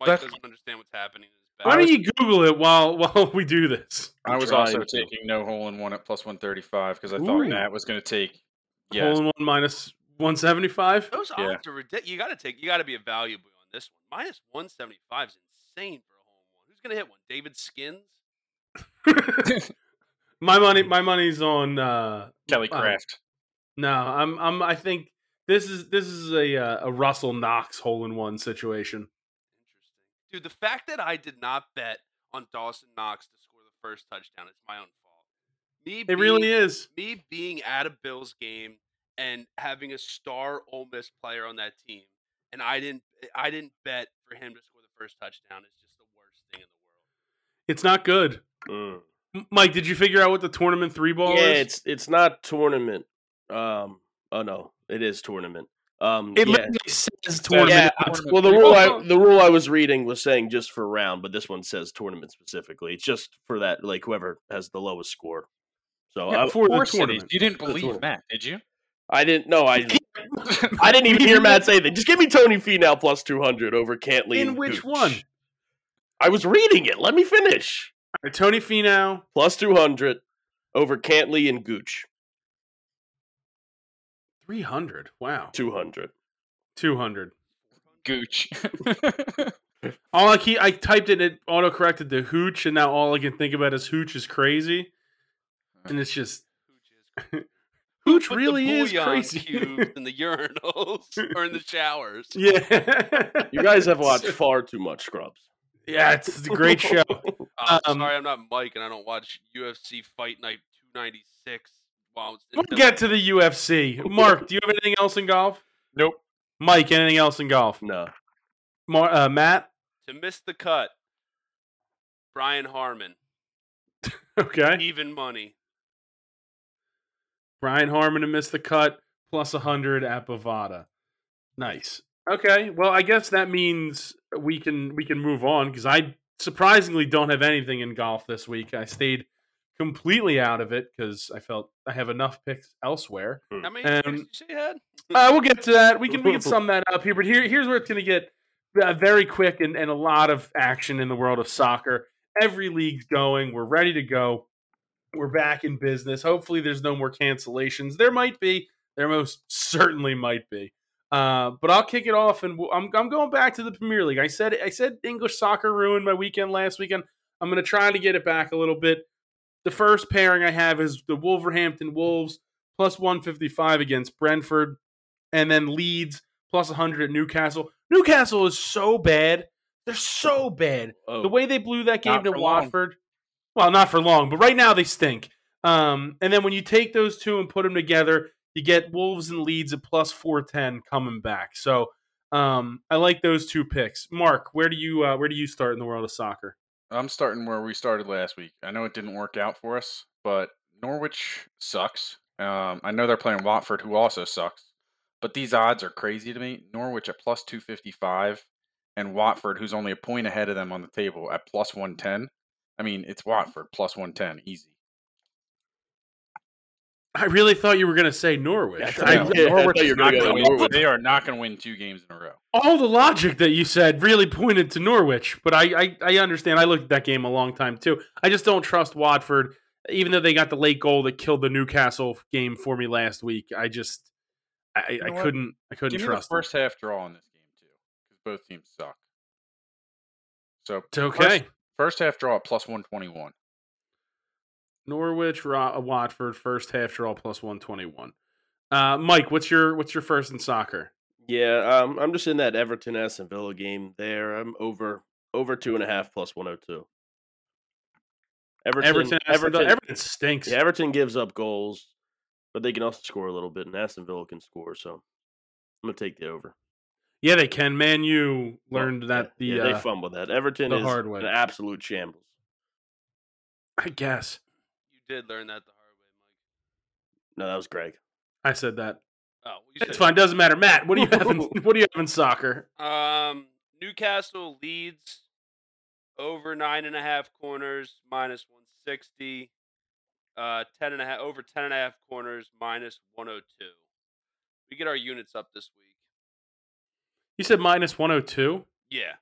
S4: Mike
S5: That's-
S4: doesn't understand what's happening. In
S2: Why
S4: his
S2: don't you Google it while while we do this?
S5: I
S3: I'm
S5: was also
S3: trying to.
S5: taking no hole in one at plus 135 cuz I thought
S2: Ooh.
S5: Nat was going to take
S2: Yeah.
S5: yes.
S2: one minus one seventy five.
S4: Those
S5: Yeah.
S4: odds are ridiculous. You got to take. You got to be a valuable on this one. Minus 175 is insane for a hole in one. Who's going to hit one? David Skins.
S2: <laughs> my money. My money's on. uh
S5: <laughs> Kelly
S2: Wow.
S5: Craft.
S2: No, I'm. I'm. I think this is this is a uh, a Russell Knox hole in one situation.
S4: Interesting, dude. The fact that I did not bet on Dawson Knox to score the first touchdown, it's my own fault. Me,
S2: It really is.
S4: me being at a Bills game and having a star Ole Miss player on that team, and I didn't I didn't bet for him to score the first touchdown is just the worst thing in the world.
S2: It's not good.
S3: Mm.
S2: M- Mike, did you figure out what the tournament three ball
S3: yeah,
S2: is?
S3: it's it's not tournament. Um, oh no, it is tournament. Um,
S2: it
S3: yeah.
S2: literally says
S5: Yeah,
S2: tournament.
S3: I-
S5: tournament
S3: well, the
S5: three
S3: rule I,
S2: ball.
S3: the rule I was reading was saying just for round, but this one says tournament specifically. It's just for that, like whoever has the lowest score. So
S2: Yeah,
S3: I,
S2: for the
S5: Four cities.
S2: tournament.
S5: You didn't
S3: For the
S5: believe
S3: tournament.
S5: Matt, did you?
S3: I didn't know. I
S2: <laughs>
S3: I didn't even hear Matt say that. Just give me Tony Finau plus two hundred over Cantley.
S2: In
S3: and
S2: which
S3: Gooch.
S2: one?
S3: I was reading it. Let me finish.
S2: Tony Finau.
S3: Plus two hundred over Cantley and Gooch.
S2: Three hundred. Wow.
S3: Two hundred.
S2: Two hundred.
S5: Gooch. <laughs>
S2: All I keep, I typed it, it auto corrected to hooch, and now all I can think about is hooch is crazy, and it's just
S4: Hooch
S2: hooch
S4: Put the
S2: really is
S4: bouillon
S2: crazy. <laughs>
S4: cubes in the urinals or in the showers.
S2: yeah,
S3: You
S2: <laughs>
S3: guys have watched far too much Scrubs.
S2: Yeah, it's a great
S3: <laughs>
S2: show.
S4: Oh,
S2: Um,
S4: sorry, I'm not Mike, and I don't watch UFC Fight Night 296. Wow, it's-
S2: We'll get to the UFC. Mark, do you have anything else in golf?
S5: Nope.
S2: Mike, anything else in golf?
S3: No.
S2: Mar- uh, Matt.
S4: to miss the cut. Brian Harmon,
S2: Okay.
S4: even money.
S2: Brian Harmon to miss the cut plus hundred at Bovada. Nice. Okay. Well, I guess that means we can we can move on because I surprisingly don't have anything in golf this week. I stayed completely out of it because I felt I have enough picks elsewhere.
S4: How many picks
S2: Um,
S4: did you say you had?
S2: Uh, we'll get to that. We can we can sum that up here, but here here's where it's going to get uh, very quick and, and a lot of action in the world of soccer. Every league's going. We're ready to go. We're back in business. Hopefully, there's no more cancellations. There might be. There most <laughs> certainly might be. Uh, but I'll kick it off, and we'll- I'm I'm going back to the Premier League. I said I said English soccer ruined my weekend last weekend. I'm going to try to get it back a little bit. The first pairing I have is the Wolverhampton Wolves plus 155 against Brentford and then Leeds plus 100 at Newcastle. Newcastle is so bad. They're so bad.
S3: Oh,
S2: The way they blew that game
S5: Not
S2: to
S5: for long.
S2: Watford, well, not for long, but right now they stink. Um, and then when you take those two and put them together, you get Wolves and Leeds at plus 410 coming back. So um, I like those two picks. Mark, where do you uh, where do you start in the world of soccer?
S5: I'm starting where we started last week. I know it didn't work out for us, but Norwich sucks. Um, I know they're playing Watford, who also sucks. But these odds are crazy to me. Norwich at plus 255 and Watford, who's only a point ahead of them on the table, at plus 110. I mean, it's Watford plus 110, easy.
S2: I really thought you were going to say Norwich.
S3: I-
S2: I-
S5: Yeah,
S3: yeah, I thought
S5: Norwich
S3: you
S5: is
S3: were
S5: not
S3: gonna go with
S5: gonna win-
S3: Norwich.
S5: They are not going to win two games in a row.
S2: all the logic that you said really pointed to Norwich, but I, I I understand. I looked at that game a long time too. I just don't trust Watford, even though they got the late goal that killed the Newcastle game for me last week. I just I,
S5: know
S2: I
S5: what?
S2: couldn't I couldn't
S5: Give me the
S2: trust. them.
S5: first half draw in this game too, because both teams suck. So
S2: It's okay.
S5: First, first half draw at plus 121.
S2: Norwich Ro- uh, Watford first half draw plus one twenty one. Uh, Mike, what's your what's your first in soccer?
S3: Yeah, um, I'm just in that Everton Aston Villa game there. I'm over over two and a half plus one oh two. Everton
S2: Everton, Everton, Everton, stinks.
S3: Yeah, Everton gives up goals, but they can also score a little bit, and Aston Villa can score, so I'm gonna take the over.
S2: Yeah, they can. Man, you
S3: Well,
S2: learned that the
S3: yeah,
S2: uh,
S3: they fumbled that. Everton
S2: the
S3: is
S2: hard way.
S3: an absolute shambles.
S2: I guess
S4: You did learn that the hard way, Mike.
S3: No, that was Greg.
S2: I said that.
S4: Oh, well, you
S2: It's
S4: said-
S2: fine. Doesn't matter. Matt, what do you have?
S4: <laughs>
S2: In, what do you have in soccer?
S4: Um, Newcastle leads over nine and a half corners minus 160. Uh, ten and a half over ten and a half corners minus 102. We get our units up this week.
S2: You said minus one hundred two.
S4: Yeah,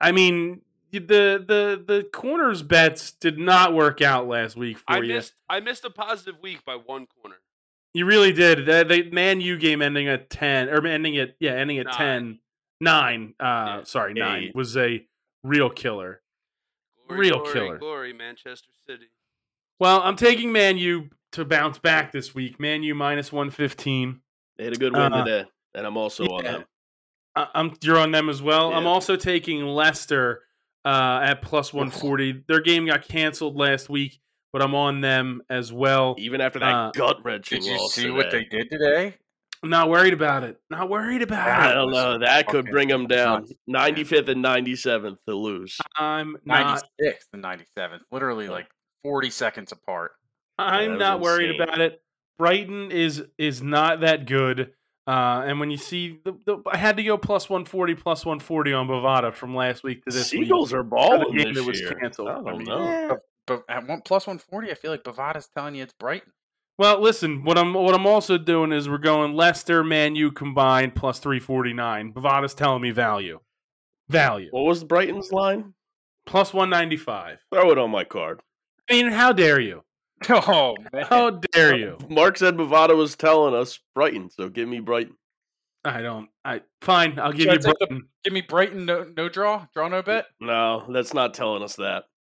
S2: I mean, y- the the the corners bets did not work out last week for
S4: I
S2: you.
S4: missed I missed a positive week by one corner.
S2: You really did. The, the Man U game ending at ten or ending at yeah ending at
S4: Nine.
S2: ten nine. Uh,
S4: Yeah.
S2: sorry, nine
S3: Eight.
S2: was a real killer.
S4: Glory,
S2: Real
S4: glory,
S2: killer.
S4: glory, Manchester City.
S2: Well, I'm taking Man U to bounce back this week. Man U minus one fifteen.
S3: They had a good win
S2: Uh,
S3: today, and I'm also on
S2: yeah.
S3: them.
S2: I- I'm you're on them as well. I'm
S3: Yeah.
S2: also taking Leicester uh, at plus 140. Their game got canceled last week, but I'm on them as well.
S3: Even after that
S2: Uh,
S3: gut wrenching
S5: Did you
S3: loss,
S5: see
S3: today.
S5: what they did today?
S2: I'm not worried about it. Not worried about
S3: <laughs> I
S2: it.
S3: don't
S5: was
S3: know. That could
S5: fucking
S3: bring them down.
S5: nuts, man.
S3: 95th and 97th to lose.
S2: I'm not.
S5: 96 and 97, literally
S3: Yeah.
S5: like 40 seconds apart.
S3: that
S2: I'm
S3: was
S2: not worried
S3: insane.
S2: about it. Brighton is is not that good. Uh, and when you see, the, the, I had to go plus 140, plus 140 on Bovada from last week to this week.
S3: Seagulls
S2: for
S3: are
S2: the
S3: balling
S2: game
S3: this
S2: that was
S3: year.
S2: canceled.
S3: I don't
S2: mean,
S3: know.
S2: eh.
S5: But at one plus 140, I feel like Bovada's telling you it's Brighton.
S2: Well, listen, what I'm what I'm also doing is we're going Leicester, Man U combined plus three forty nine. Bavada's telling me value, value
S3: What was Brighton's line?
S2: plus one ninety five.
S3: Throw it on my card.
S2: I mean, how dare you?
S5: Oh man.
S2: How dare you?
S3: <laughs> Mark said Bovada was telling us Brighton, so give me Brighton.
S2: I don't. I fine. I'll give
S5: Should I
S2: you
S5: take the-
S2: Brighton.
S5: Give me Brighton no, no draw. Draw no bet.
S3: No, that's not telling us that. <laughs>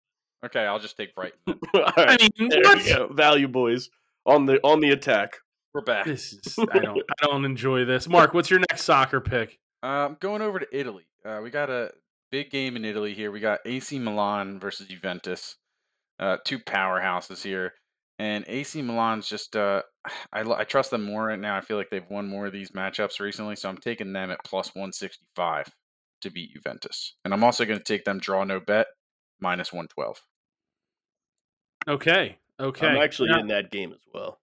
S5: Okay, I'll just take Brighton. then.
S3: All
S2: I
S3: right,
S2: mean,
S3: there
S2: what?
S3: you go. Value boys on the on the attack.
S5: We're back.
S2: This is. I don't. I don't enjoy this. Mark, what's your next soccer pick?
S5: Um, going over to Italy. Uh, we got a big game in Italy here. We got AC Milan versus Juventus. Uh, two powerhouses here, and AC Milan's just. Uh, <sighs> I lo- I trust them more right now. I feel like they've won more of these matchups recently, so I'm taking them at plus one sixty five to beat Juventus, and I'm also going to take them draw no bet minus one twelve.
S2: Okay. Okay.
S3: I'm actually
S2: Now-
S3: in that game as well.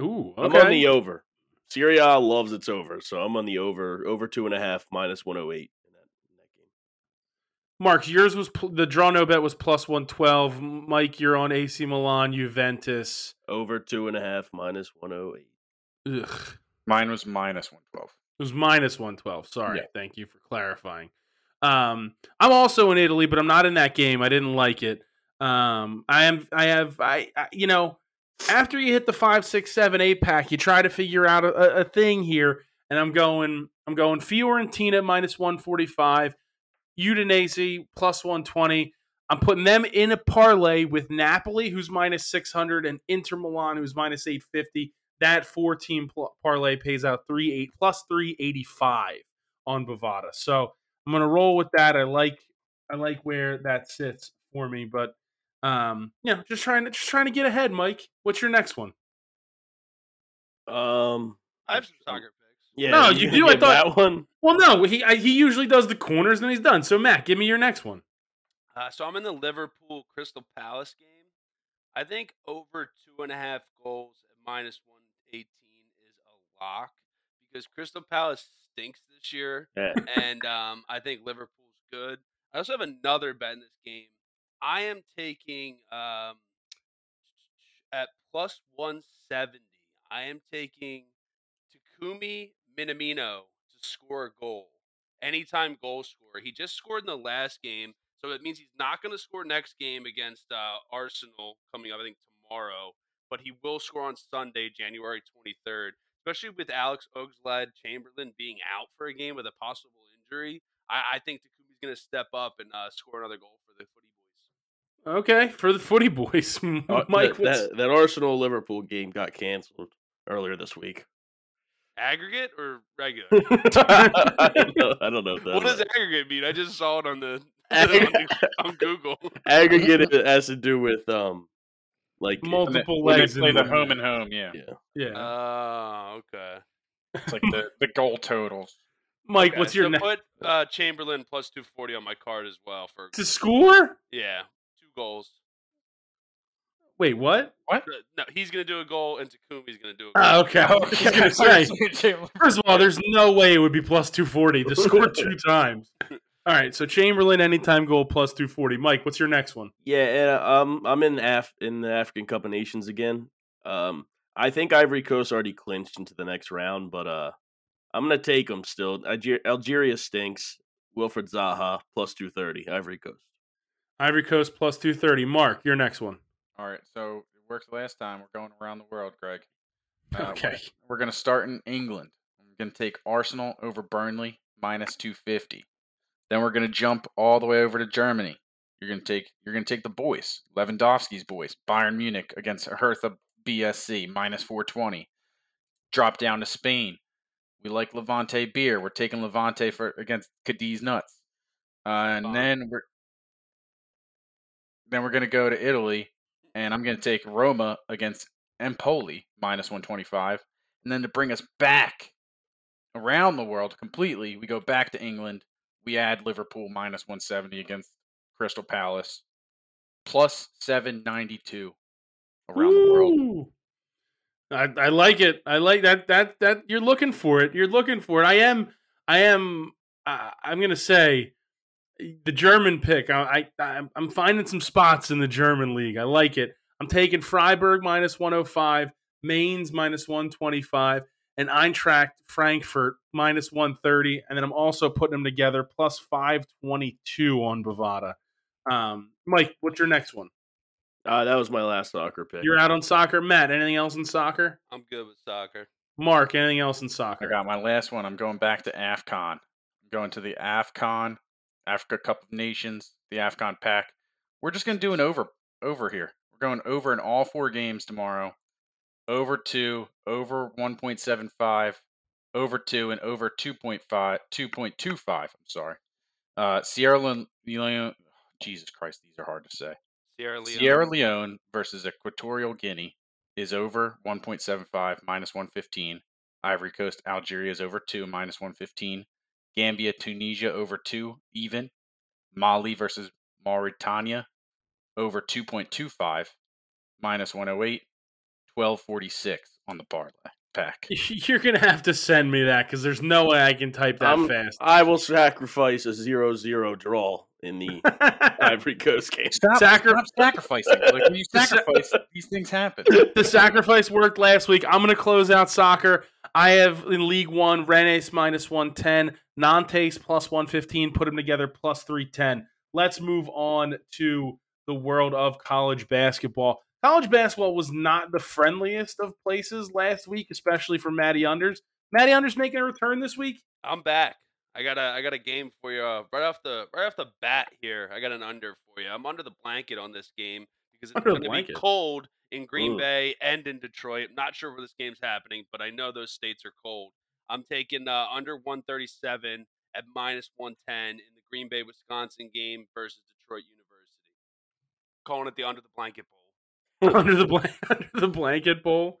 S2: Ooh.
S3: I'm
S2: Okay.
S3: on the over. Serie A loves its over, so I'm on the over over two and a half minus one oh eight in that, in that game.
S2: Mark, yours was pl- the draw no bet was plus one twelve. Mike, you're on AC Milan, Juventus.
S3: Over two and a half minus one oh eight.
S2: Ugh. It
S5: Mine was minus one twelve.
S2: was minus one twelve. Sorry.
S5: Yeah.
S2: Thank you for clarifying. Um, I'm also in Italy, but I'm not in that game. I didn't like it. Um, I am. I have. I, I. You know, after you hit the five, six, seven, eight pack, you try to figure out a, a- a thing here. And I'm going. I'm going Fiorentina minus one forty five. Udinese plus one twenty. I'm putting them in a parlay with Napoli, who's minus six hundred, and Inter Milan, who's minus eight fifty. That four team pl- parlay pays out three eight plus three eighty five on Bovada. So I'm gonna roll with that. I like I like where that sits for me, but um, you know, just trying to just trying to get ahead, Mike. What's your next one?
S3: Um,
S4: I have some soccer picks.
S3: yeah.
S2: No, you
S3: gonna
S2: do, I
S3: give
S2: thought-
S3: that one.
S2: Well, no, he I, he usually does the corners and he's done. So Matt, give me your next one.
S4: Uh, so I'm in the Liverpool Crystal Palace game. I think over two and a half goals at minus 118 is a lock because Crystal Palace stinks this year,
S3: Yeah.
S4: and um, I think Liverpool's good. I also have another bet in this game. I am taking um, at plus 170. I am taking Takumi Minamino to score a goal. Anytime goal scorer. He just scored in the last game, so it means he's not going to score next game against uh, Arsenal coming up, I think, tomorrow. But he will score on Sunday, January 23rd. Especially with Alex Oxlade Chamberlain being out for a game with a possible injury, I, I think Takumi's going to step up and uh, score another goal for the Footy Boys.
S2: Okay, for the footy boys, <laughs>
S3: Uh,
S2: Mike.
S3: that,
S2: what's-
S3: that, that Arsenal Liverpool game got canceled earlier this
S2: <laughs>
S3: week. <laughs>
S4: Aggregate or regular?
S3: I, don't know, I don't know if that.
S4: what does
S3: that
S4: aggregate mean? I just saw it on the <laughs> on,
S3: Aggregate-
S4: the- on Google.
S3: aggregate has to do with um, like
S2: multiple
S5: when
S2: legs
S5: they play
S2: in
S5: the
S2: there.
S5: home and home. Yeah,
S3: Yeah.
S2: <laughs> yeah,
S4: <laughs> Oh, okay.
S2: <laughs>
S5: it's like the the goal totals.
S2: Mike,
S4: Okay,
S2: what's your
S4: so
S2: next?
S4: put uh, Chamberlain plus two forty on my card as well for
S2: To score?
S4: yeah two goals.
S2: Wait, what?
S4: Uh, No, he's gonna do a goal and Takumi's gonna do a goal.
S2: Oh,
S5: <laughs>
S2: okay,
S5: Oh,
S2: I was gonna say.
S5: <laughs>
S2: First of all, there's no way it would be plus 240 to score two times. All right, so Chamberlain anytime goal plus 240. Mike, what's your next one?
S3: Yeah, uh, um, I'm in Af in the African Cup of Nations again. Um, I think Ivory Coast already clinched into the next round, but uh, I'm gonna take them still. Alger- Algeria stinks. Wilfred Zaha plus two thirty. Ivory Coast.
S2: Ivory Coast plus 230. Mark, your next one.
S5: All right, so it worked last time. We're going around the world, Greg. Uh, we're-
S2: Okay.
S5: We're going to start in England. I'm going to take Arsenal over Burnley minus 250. Then we're going to jump all the way over to Germany. You're going to take you're going to take the boys, Lewandowski's boys, Bayern Munich against Hertha BSC minus 420. Drop down to Spain. We like Levante beer. We're taking Levante for against Cadiz nuts. Uh,
S4: Fine.
S5: and then we're then we're going to go to Italy and I'm going to take Roma against Empoli minus 125. And then to bring us back around the world completely, we go back to England. We add Liverpool minus 170 against Crystal Palace, plus 792 around the world.
S2: Ooh. I, I like it. I like that. That that you're looking for it. You're looking for it. I am. I am. Uh, I'm gonna say eh, the German pick. I, I I'm- I'm finding some spots in the German league. I like it. I'm taking Freiburg minus 105, Mainz minus 125, and Eintracht Frankfurt minus 130. And then I'm also putting them together plus 522 on Bovada. Um, Mike, what's your next one?
S3: Uh, that was my last soccer pick.
S2: You're out on soccer. Matt, anything else in soccer?
S4: I'm good with soccer.
S2: Mark, anything else in
S5: I
S2: soccer?
S5: got my last one. I'm going back to AFCON. I'm going to the AFCON, Africa Cup of Nations, the AFCON pack. We're just going to do an over over here. We're going over in all four games tomorrow. Over 2, over 1.75, over 2 and over 2.5 2.25, I'm sorry. Uh Sierra Leone, Leone Jesus Christ, these are hard to say.
S4: Sierra Leone.
S5: Sierra Leone versus Equatorial Guinea is over 1.75 minus 115. Ivory Coast, Algeria is over 2 minus 115. Gambia, Tunisia over 2 even. Mali versus Mauritania over 2.25 minus 108. 1246 on the parlay pack.
S2: <laughs> You're gonna have to send me that because there's no way I can type that
S3: I'm-
S2: fast.
S3: I will sacrifice a zero-zero draw
S2: <laughs>
S3: in the Ivory Coast game.
S5: Stop,
S2: Sacri-
S5: stop sacrificing. Like <laughs> when you
S2: Sa-
S5: sacrifice, these things <laughs> happen.
S2: the sacrifice worked last week. I'm gonna close out soccer. I have in League One, Rennes minus one ten, Nantes plus one fifteen. Put them together plus three ten. Let's move on to the world of college basketball. College basketball was not the friendliest of places last week, especially for Matty Unders. Matty Unders making a return this week.
S4: I'm back. I got a I got a game for you uh, right off the right off the bat here. I got an under for you. I'm under the blanket on this game because it's
S2: Under the
S4: going to be
S2: blanket.
S4: cold in Green
S3: Ooh.
S4: Bay and in Detroit. I'm not sure where this game's happening, but I know those states are cold. I'm taking uh, under 137 at minus 110 in the Green Bay Wisconsin game versus Detroit University. Calling it the under the blanket bowl.
S2: <laughs> under the blan- under the blanket bowl.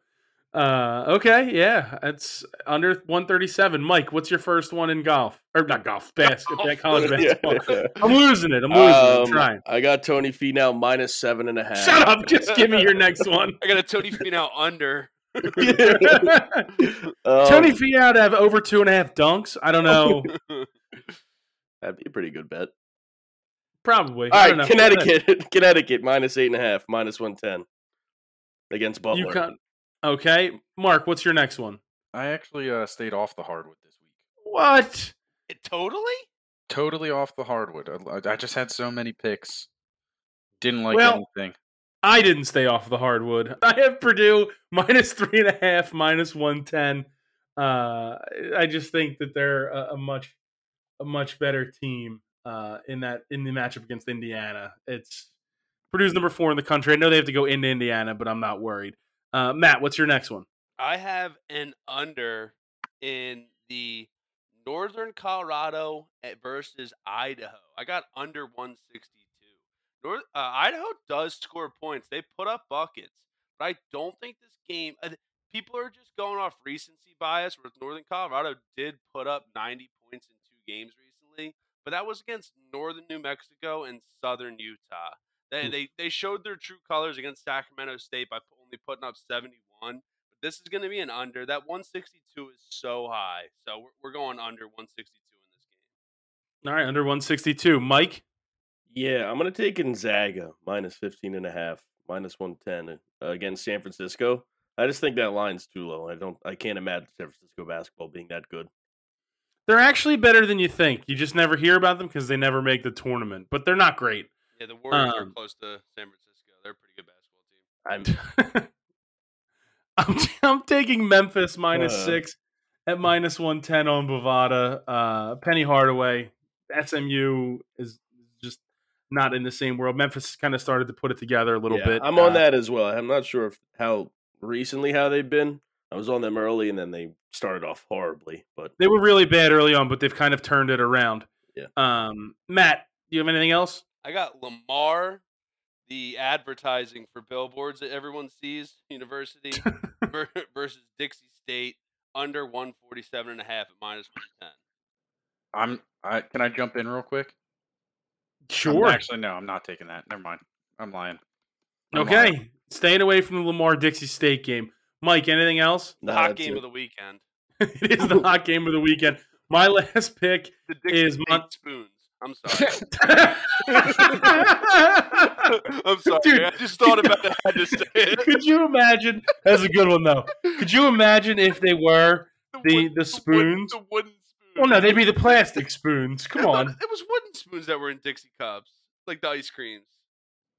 S2: Uh, okay, yeah, it's under 137. Mike, what's your first one in golf or not golf
S3: <laughs>
S2: basketball?
S4: Golf.
S2: College
S3: Yeah.
S2: basketball. I'm losing it. I'm losing it. I'm
S3: Um, uh,
S2: trying.
S3: I got Tony Finau minus seven and a half.
S2: Shut up. Just give me your next one.
S4: I got
S2: <laughs>
S4: a Tony Finau under.
S3: <laughs> Um,
S2: Tony Fiat to have over two and a half dunks. I don't
S3: <laughs>
S2: know.
S3: That'd be a pretty good bet.
S2: Probably. I
S3: All
S2: don't know.
S3: right, Connecticut, <laughs> Connecticut minus eight and a half, minus one ten against Butler.
S2: You can Okay, Mark, what's your next one?
S5: I actually uh, stayed off the hardwood this week.
S2: What?
S4: It totally?
S5: totally off the hardwood. uh, I, I just had so many picks. Didn't like
S2: Well-
S5: anything.
S2: I didn't stay off the hardwood. <laughs> I have Purdue minus three and a half, minus one ten. Uh, I just think that they're a, a much, a much better team uh, in that in the matchup against Indiana. It's Purdue's number four in the country. I know they have to go into Indiana, but I'm not worried. Uh, Matt, what's your next one?
S4: I have an under in the Northern Colorado at- versus Idaho. I got under 162. North, uh, Idaho does score points. They put up buckets, but I don't think this game. Uh, people are just going off recency bias. Whereas Northern Colorado did put up 90 points in two games recently, but that was against Northern New Mexico and Southern Utah. They they, they showed their true colors against Sacramento State by p- only putting up 71 this is going to be an under. That 162 is so high. So we're, we're going under 162 in this game.
S2: All right, under 162. Mike,
S3: Yeah, I'm gonna take Gonzaga minus 15 and a half, minus 110 uh, against San Francisco. I just think that line's too low. I don't. I can't imagine San Francisco basketball being that good.
S2: they're actually better than you think. You just never hear about them because they never make the tournament, but they're not great.
S4: Yeah, the Warriors are
S2: Um,
S4: close to San Francisco. They're a pretty good basketball team.
S3: I'm
S2: <laughs> I'm, I'm taking Memphis minus
S3: Uh.
S2: six at minus 110 on Bovada. Uh, Penny Hardaway, SMU is just not in the same world. Memphis kind of started to put it together a little
S3: yeah,
S2: bit.
S3: I'm on
S2: Uh,
S3: that as well. I'm not sure if how recently how they've been. I was on them early, and then they started off horribly. But
S2: They were really bad early on, but they've kind of turned it around.
S3: Yeah.
S2: Um, Matt, do you have anything else?
S4: I got Lamar, the advertising for billboards that everyone sees,
S2: <laughs>
S4: University ver- versus Dixie State, under 147 and a half at minus 110.
S5: I'm. I can I jump in real quick? I'm actually, no. I'm not taking that. Never mind. I'm lying. I'm lying.
S2: Okay. Staying away from the Lamar Dixie State game. Mike, anything else? <laughs>
S4: The
S3: nah,
S4: hot
S3: that's
S4: game
S3: it.
S4: of the weekend.
S2: it
S5: <laughs>
S2: is the hot game of the weekend. My <laughs> last pick
S4: The Dixie
S2: Is
S4: State
S2: Mon-
S4: spoons.
S2: <laughs>
S4: I'm sorry.
S2: Could
S4: <laughs> I'm sorry. I just thought about it. I had to say it.
S2: <laughs> you imagine? That's a good one though. Could you imagine if they were? The-
S4: wooden-
S2: the
S4: wooden-
S2: spoons?
S4: The wooden spoons.
S2: Well, no, they'd be the plastic spoons. Come
S4: I thought
S2: on.
S4: It was wooden spoons that were in Dixie cups, like the ice creams.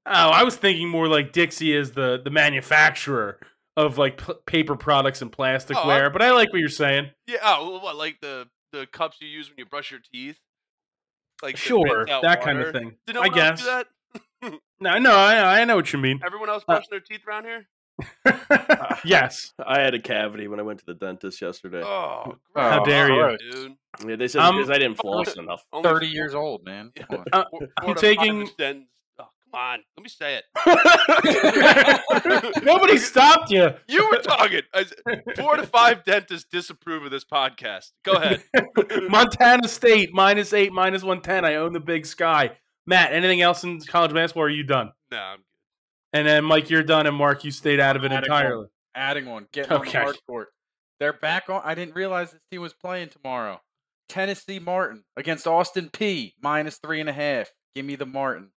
S2: Oh, I was thinking more like Dixie is the the manufacturer of like p- paper products and plasticware, but I like what you're saying.
S4: Yeah, oh, well, what, like the the cups you use when you brush your teeth? Like that spits
S2: Sure,
S4: out
S2: that kind of
S4: water?
S2: thing.
S4: Did no
S2: I
S4: one
S2: guess.
S4: else do that?
S2: No, no, I, I know what you mean.
S4: Everyone else
S2: Uh
S4: brushing their teeth around here?
S2: <laughs> yes,
S3: <laughs> I had a cavity when I went to the dentist yesterday.
S4: Oh,
S2: <laughs> How
S5: Oh,
S2: dare you.
S5: gross.
S4: dude.
S3: yeah, they said
S2: I'm-
S3: because
S2: <laughs>
S3: I didn't floss enough.
S4: Only
S5: Thirty years old, <laughs> man.
S4: Yeah.
S5: Come on.
S2: Uh, <laughs>
S4: four-
S2: I'm
S4: four to five
S2: taking-
S4: cents. Oh, come on, let me say
S2: <laughs>
S4: it. <laughs>
S2: nobody stopped you.
S4: You were talking. I said,
S2: <laughs>
S4: Four to five dentists disapprove of this podcast. Go ahead.
S2: Montana State minus eight, minus one ten. I own the Big Sky. Matt, anything else in college basketball? Or are you done?
S4: No, I'm
S2: And then Mike, you're done, and Mark, you stayed out of it
S5: Out of
S2: entirely.
S5: <laughs> Adding one, getting on the
S2: Okay.
S5: hard court. They're back on. I didn't realize this team was playing tomorrow. Tennessee Martin against Austin P minus three and a half. Give me the Martin.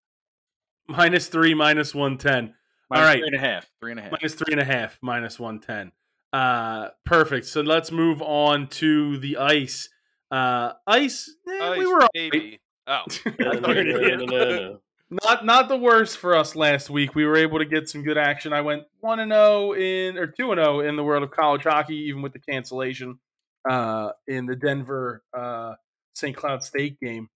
S2: Minus three, minus one ten. All
S5: Minus
S2: right.
S5: three and a half. Three and a half.
S2: minus three and a half, minus one ten. Uh, perfect. So let's move on to the ice. Uh, ice. eh,
S4: good.
S2: we were all
S4: baby.
S2: <laughs>
S4: Oh,
S3: <laughs>
S2: not not the worst for us last week. We were able to get some good action. I went one and zero in or two and zero in the world of college hockey, even with the cancellation uh, in the Denver uh, St. Cloud State game.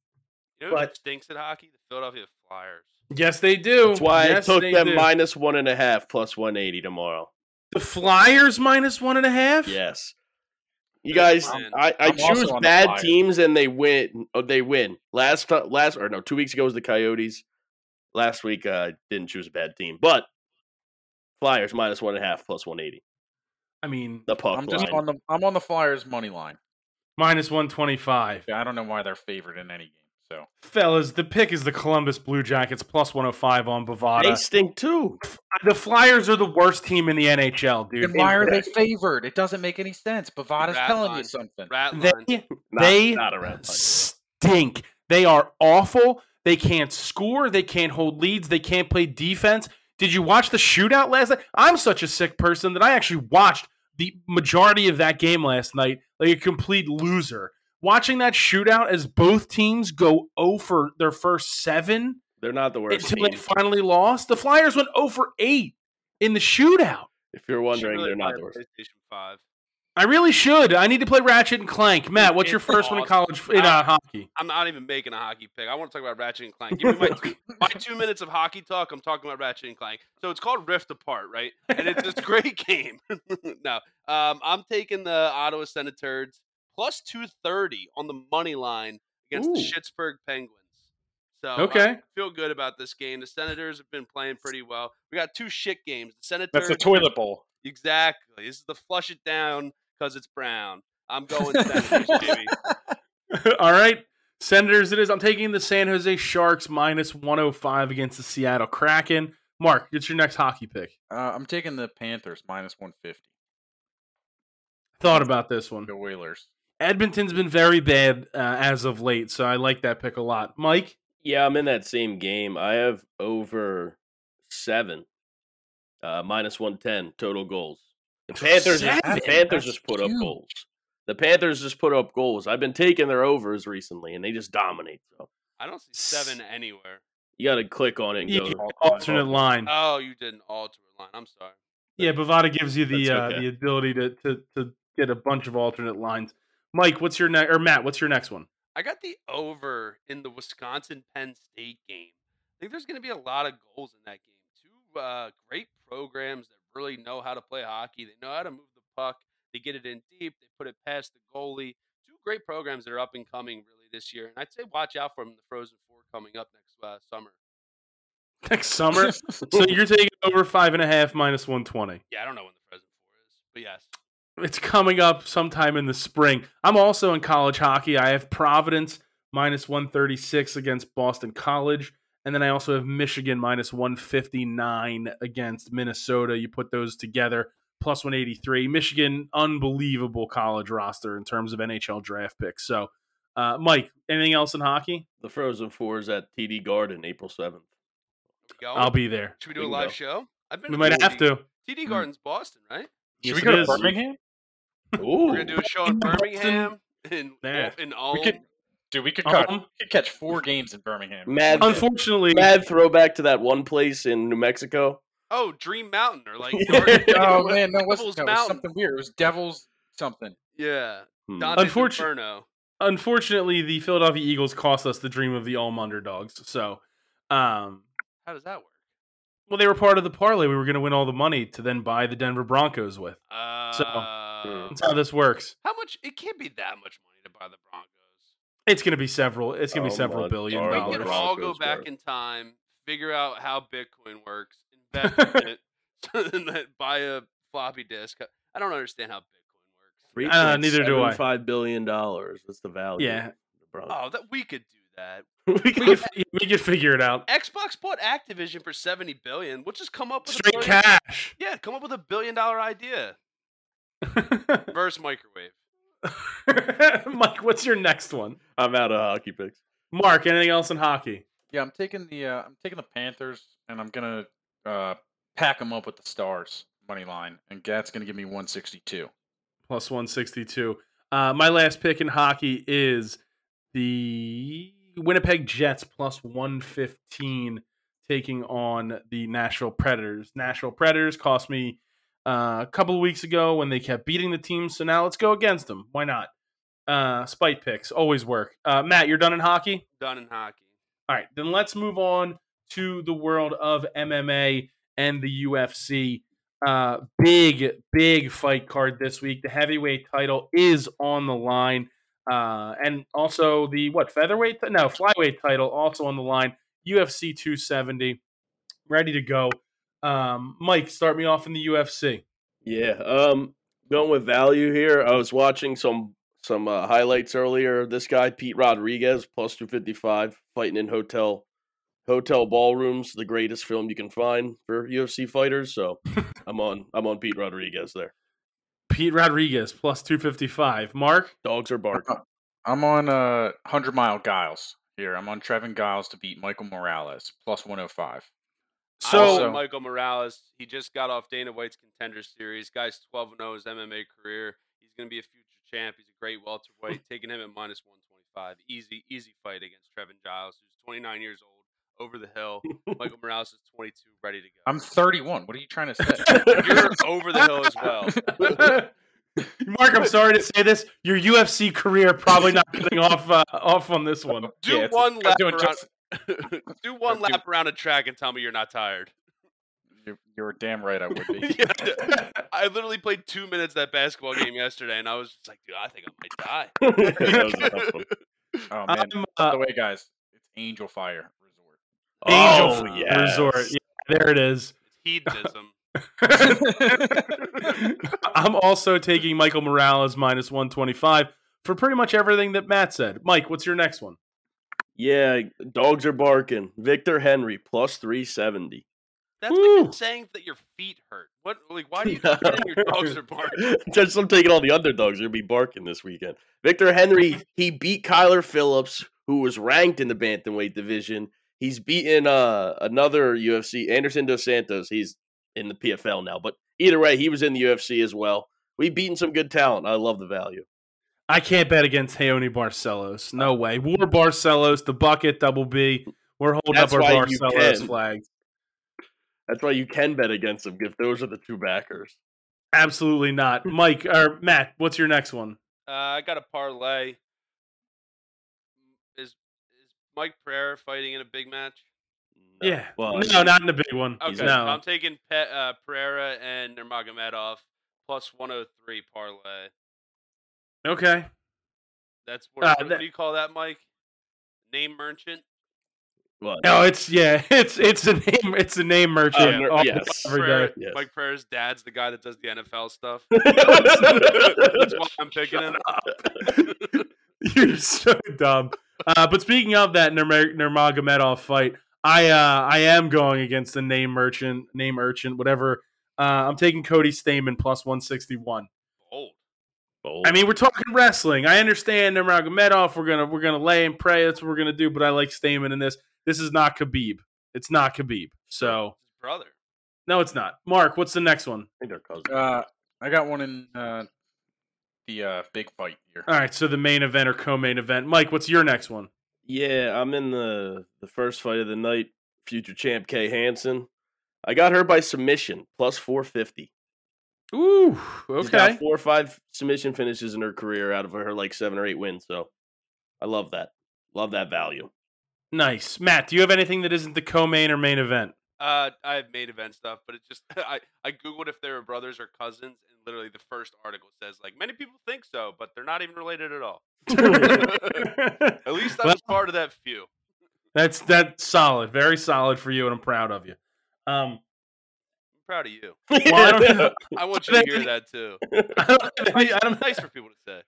S4: you know what
S2: But-
S4: stinks at hockey? The Philadelphia Flyers.
S2: Yes, they do.
S3: That's why
S2: yes,
S3: I took
S2: they
S3: them
S2: do.
S3: minus one and a half, plus one eighty tomorrow.
S2: the Flyers minus one and a half.
S3: Yes. You
S4: Good
S3: guys,
S4: plan.
S3: I, I
S5: I'm also
S3: choose
S5: on the
S3: bad
S5: Flyers.
S3: teams and they win. Oh, they win. Last time, last or no, two weeks ago was the Coyotes. Last week, uh, I didn't choose a bad team, but Flyers minus one and a half, plus one eighty.
S2: I mean
S3: The puck
S5: I'm just
S3: line.
S5: on the. I'm on the Flyers money line.
S2: minus one twenty five.
S5: I don't know why they're favored in any game. So
S2: Fellas, the pick is the Columbus Blue Jackets plus 105 on
S3: they
S2: Bovada.
S3: stink too.
S2: The Flyers are the worst team in the NHL,
S5: then
S2: dude.
S5: why are they
S3: incorrect.
S5: favored? It doesn't make any sense. Bavada's
S4: Rat
S5: telling
S4: line.
S5: you something.
S4: Rat line.
S2: They
S3: Not,
S2: They-
S3: not around.
S2: stink. They are awful. They can't score. They can't hold leads. They can't play defense. Did you watch the shootout last night? I'm such a sick person that I actually watched the majority of that game last night like a complete loser. Watching that shootout as both teams go over their first seven
S3: They're not the worst
S2: until
S3: team.
S2: they finally lost. The Flyers went over eight in the shootout.
S3: If you're
S4: You should
S3: wondering,
S4: really
S3: they're
S4: buy
S3: not the
S4: a
S3: worst.
S4: PlayStation Five.
S2: I really should. I need to play Ratchet and Clank. Matt, what's your
S4: It's
S2: first one in
S4: awesome.
S2: college in uh,
S3: <laughs>
S2: hockey?
S4: I'm not even making a hockey pick. I want to talk about Ratchet and Clank. Give me my two, my two minutes of hockey talk. I'm talking about Ratchet and Clank. So it's called Rift Apart, right? And it's
S3: <laughs>
S4: this great <laughs> game. no, um, I'm taking the Ottawa Senators plus 230 on the money line against the
S3: Ooh.
S4: Pittsburgh Penguins. So uh,
S2: <laughs> Okay.
S4: feel good about this game. The Senators have been playing pretty well. We got two shit games. The Senators
S5: That's a toilet bowl.
S4: exactly. This is the flush it down because it's brown.
S3: <laughs>
S4: I'm going Senators, baby.
S2: All right. Senators, it is. I'm taking the San Jose Sharks minus 105 against the Seattle Kraken. Mark, it's your next hockey pick.
S5: Uh, I'm taking the Panthers minus 150.
S2: Thought about this one.
S5: The Whalers.
S2: Edmonton's been very bad uh, as of late, so I like that pick a lot. Mike,
S3: Yeah, I'm in that same game. I have over seven, uh, minus one ten total goals. The Panthers, just, the
S2: Seven?
S3: Panthers
S5: That's
S3: just put up
S5: huge.
S3: goals. The Panthers just put up goals. I've been taking their overs recently, and they just dominate. So
S4: I don't see seven anywhere.
S3: you got to click on it and
S2: you
S3: go.
S2: get
S5: Alternate
S2: alternate line.
S4: Oh, you did an alter line. I'm sorry.
S2: Yeah, Bovada gives you the
S3: That's
S2: uh,
S3: okay.
S2: the ability to, to to get a bunch of alternate lines. Mike, what's your next or Matt, what's your next one?
S4: I got the over in the Wisconsin Penn State game. I think there's going to be a lot of goals in that game. Two uh, great programs that really know how to play hockey. They know how to move the puck. They get it in deep. They put it past the goalie. Two great programs that are up and coming really this year. And I'd say watch out for them in the Frozen Four coming up next uh, summer.
S2: Next summer.
S5: <laughs>
S2: so you're taking over five and a half minus 120.
S4: Yeah, I don't know when the Frozen Four is, but yes.
S2: it's coming up sometime in the spring. I'm also in college hockey. I have Providence minus 136 against Boston College. And then I also have Michigan minus 159 against Minnesota. You put those together, plus 183. Michigan, unbelievable college roster in terms of NHL draft picks. So, uh, Mike, anything else in hockey?
S3: The Frozen Four is at TD Garden April seventh.
S4: Are we going?
S2: I'll be there.
S4: Should we do
S3: we
S4: a
S3: can
S4: live
S3: go.
S4: show? I've been
S2: We
S4: to
S2: might
S4: TD
S2: have to. Hmm.
S4: TD
S5: Mm.
S4: Gardens, Boston, right?
S2: Yes,
S5: Should
S2: it
S5: we go to
S2: is.
S5: Birmingham?
S3: Ooh,
S4: We're gonna do a show in
S2: Boston.
S4: Birmingham, in
S2: Yeah.
S4: in Ulm.
S5: could- Dude, we could, cut,
S2: Um,
S5: we could catch four games in Birmingham.
S3: Mad,
S2: Unfortunately,
S3: mad throwback to that one place in New Mexico.
S4: Oh, Dream Mountain or like
S3: Yeah.
S4: Dark-
S5: <laughs> Oh man, no, it
S4: Devil's
S5: wasn't, no, it was
S4: Mountain.
S5: something weird. It was Devils something.
S4: yeah.
S3: Hmm.
S4: Dante's
S2: Unfortu-
S4: Inferno.
S2: unfortunately, the Philadelphia Eagles cost us the dream of the all underdogs. So, um,
S4: How does that work?
S2: well, they were part of the parlay. We were going to win all the money to then buy the Denver Broncos with.
S4: Uh,
S3: Mm.
S2: That's how this works.
S4: How much? It can't be that much money to buy the Broncos.
S2: It's going to be several. It's going to
S3: Oh
S2: be several
S3: my
S2: billion
S3: darn
S4: We
S2: dollars.
S4: can all go
S3: Broncos,
S4: back
S3: bro.
S4: in time, figure out how Bitcoin works, invest in it, <laughs> and then buy a floppy disk. I don't understand how Bitcoin works.
S2: Uh, neither do I.
S3: Five billion dollars. That's the value.
S2: Yeah.
S3: of the Broncos.
S4: Oh, that we could do that.
S3: we
S2: <laughs> We could, we could figure it out.
S4: Xbox bought Activision for seventy billion. We'll just come up with a
S2: Straight
S4: billion-
S2: cash. <laughs>
S4: Yeah, come up with a billion dollar idea versus microwave.
S2: Mike, what's your next one?
S3: I'm out of hockey picks.
S2: Mark, anything else in hockey?
S5: Yeah, I'm taking the uh, I'm taking the Panthers, and I'm gonna uh, pack them up with the Stars money line, and that's gonna give me 162.
S2: Plus 162. Uh, my last pick in hockey is the Winnipeg Jets plus 115 taking on the Nashville Predators. Nashville Predators cost me uh, a couple of weeks ago when they kept beating the team, so now let's go against them. Why not? Uh, spite picks always work. Uh, Matt, you're done in hockey?
S4: Done in hockey.
S2: All right, then let's move on to the world of MMA and the UFC. Uh, big, big fight card this week. The heavyweight title is on the line, uh, and also the what featherweight? T- no, flyweight title also on the line. UFC 270, ready to go. Um, Mike, start me off in the UFC.
S3: Yeah. Um, going with value here. I was watching some some uh, highlights earlier. This guy Pete Rodriguez plus two fifty five fighting in hotel hotel ballrooms. The greatest film you can find for UFC fighters. <laughs> So I'm on I'm on Pete Rodriguez there.
S2: Pete Rodriguez plus 255. Mark,
S3: Dogs are <laughs> barking.
S5: I'm on uh, 100 mile Giles here. I'm on Trevin Giles to beat Michael Morales plus 105.
S4: So
S2: so
S5: Also-
S4: Michael Morales, he just got off Dana White's contender series. Guy's 12 0 his MMA career. He's going to be a future champ. He's a great welterweight. Taking him at minus 125. Easy, easy fight against Trevin Giles, who's 29 years old, over the hill. Michael Morales is 22, ready to go.
S5: I'm 31. What are you trying to <laughs> say?
S4: You're over the hill as well.
S2: <laughs> Mark, I'm sorry to say this. Your UFC career probably not getting off uh, off on this one.
S3: Oh,
S4: Do
S5: it's-
S4: one
S5: I'm
S4: lap
S5: doing
S4: around.
S5: just-
S4: do one
S5: doing-
S4: lap around a track and tell me you're not tired.
S5: you're, you're damn right I would <laughs> be.
S4: Yeah, <laughs> I literally played two minutes of that basketball game yesterday, and I was just like, dude, I think I
S3: That was a
S4: might die.
S3: tough one.
S5: Oh man.
S2: I'm,
S5: By
S2: uh,
S5: the way, guys, it's Angel Fire Resort.
S2: Angel
S3: Oh,
S2: Fire Resort.
S3: yes.
S2: Yeah, there it
S3: <laughs>
S2: is. <laughs>
S4: Hedonism.
S2: I'm also taking Michael Morales minus 125 for pretty much everything that Matt said. Mike, what's your next one?
S3: Yeah, dogs are barking. Victor Henry plus three seventy.
S4: That's like
S2: Woo.
S4: just saying that your feet hurt. What? Like,
S2: <laughs>
S4: why do you keep saying your dogs are barking?
S3: <laughs> Just I'm taking all the underdogs. They'll be barking this weekend. Victor Henry, he beat Kyler Phillips, who was ranked in the bantamweight division. He's beaten uh, another UFC, Anderson Dos Santos. He's in the PFL now, but either way, he was in the UFC as well. We've beaten some good talent. I love the value.
S2: I can't bet against Heone Barcelos.
S3: Uh,
S2: No way. War Barcelos, the bucket, double B. We're holding
S3: That's
S2: up
S3: why
S2: our
S3: you
S2: Barcelos
S3: can.
S2: flags.
S3: That's why you can bet against them if those are the two backers.
S2: Absolutely not. Mike or Matt, what's your next one?
S4: Uh, I got a parlay. Is is Mike Pereira fighting in a big match?
S3: No,
S2: yeah.
S3: well,
S2: no, not in the big one.
S4: Okay,
S2: No.
S4: I'm taking Pe- uh, Pereira and Nurmagomedov plus 103 parlay.
S2: Okay.
S4: That's what,
S2: Uh,
S4: what
S2: that-
S4: do you call that, Mike? Name merchant.
S3: well,
S2: No, it's yeah, <laughs> it's it's a name it's a name merchant.
S3: mer-
S2: all-
S3: Uh, yes.
S2: every
S4: Pereira-
S2: day.
S3: Yes.
S4: Mike Pereira's dad's the guy that does the
S2: <laughs>
S4: NFL stuff. That's
S3: That's
S4: why I'm picking him.
S2: <laughs> You're so dumb. Uh, but speaking of that Nurmag- Nurmagomedov fight, I uh, I am going against the name merchant, name urchin, whatever. Uh, I'm taking Cody Stamen plus 161.
S4: Bold.
S2: I
S3: <laughs>
S2: mean, we're talking wrestling. I understand Nurmagomedov. We're gonna we're gonna lay and pray. That's what we're gonna do. But I like Stamen in this. This is not Khabib. It's not Khabib. So
S4: His brother.
S2: no, it's not. Mark, what's the next one?
S3: I think they're cousins.
S5: Uh, I got one in uh, the uh, big fight here.
S2: All right, so the main event or co-main event. Mike, what's your next one?
S3: Yeah, I'm in the the first fight of the night. Future champ Kay Hansen. I got her by submission, plus 450.
S2: Ooh,
S3: She's got
S2: okay.
S3: four or five submission finishes in her career out of her like seven or eight wins. So I love that. Love that value. <laughs>
S2: Nice. Matt, do you have anything that isn't the co-main or main <laughs> event?
S4: Uh, I have main event stuff, but it just <laughs> I I googled if they were brothers or cousins, and literally the first article says like many people think so, but they're not even related at all. At least I
S2: Well-
S4: was part of that few.
S2: That's that's solid. Very solid for you and I'm proud of you. Um <laughs>
S4: I'm proud of you.
S2: well, I don't have, <laughs>
S4: I want you to
S2: Thank
S4: hear
S2: you.
S4: that
S2: <laughs>
S4: too.
S2: I don't have any, I don't
S4: Nice for people to say.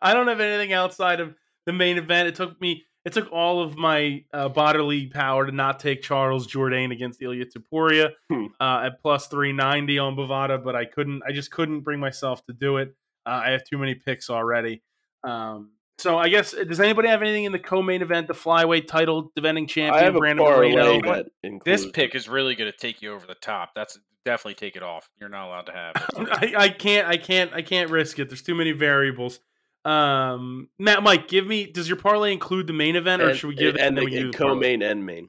S2: I don't have anything outside of the main event. It took me it took all of my uh, bodily power to not take Charles Jourdain against Ilya Teporia
S3: Hmm.
S2: uh, at plus 390 on Bovada, but I couldn't I just couldn't bring myself to do it. Uh, I have too many picks already. Um, so I guess does anybody have anything in the co-main event, the flyweight title defending champion
S3: I have a
S2: Brandon
S3: parlay
S2: Moreno?
S3: that
S5: This
S3: includes-
S5: pick is really going to take you over the top. That's definitely take it off. You're not allowed to have <laughs> it.
S2: <laughs> I, I can't I can't I can't risk it. There's too many variables. Um, Matt, Mike, give me. Does your parlay include the main event, or
S3: and-
S2: should we give
S3: and,
S2: that
S3: and,
S2: then we
S3: the-
S2: can do
S3: and
S2: the parlay?
S3: co-main and main?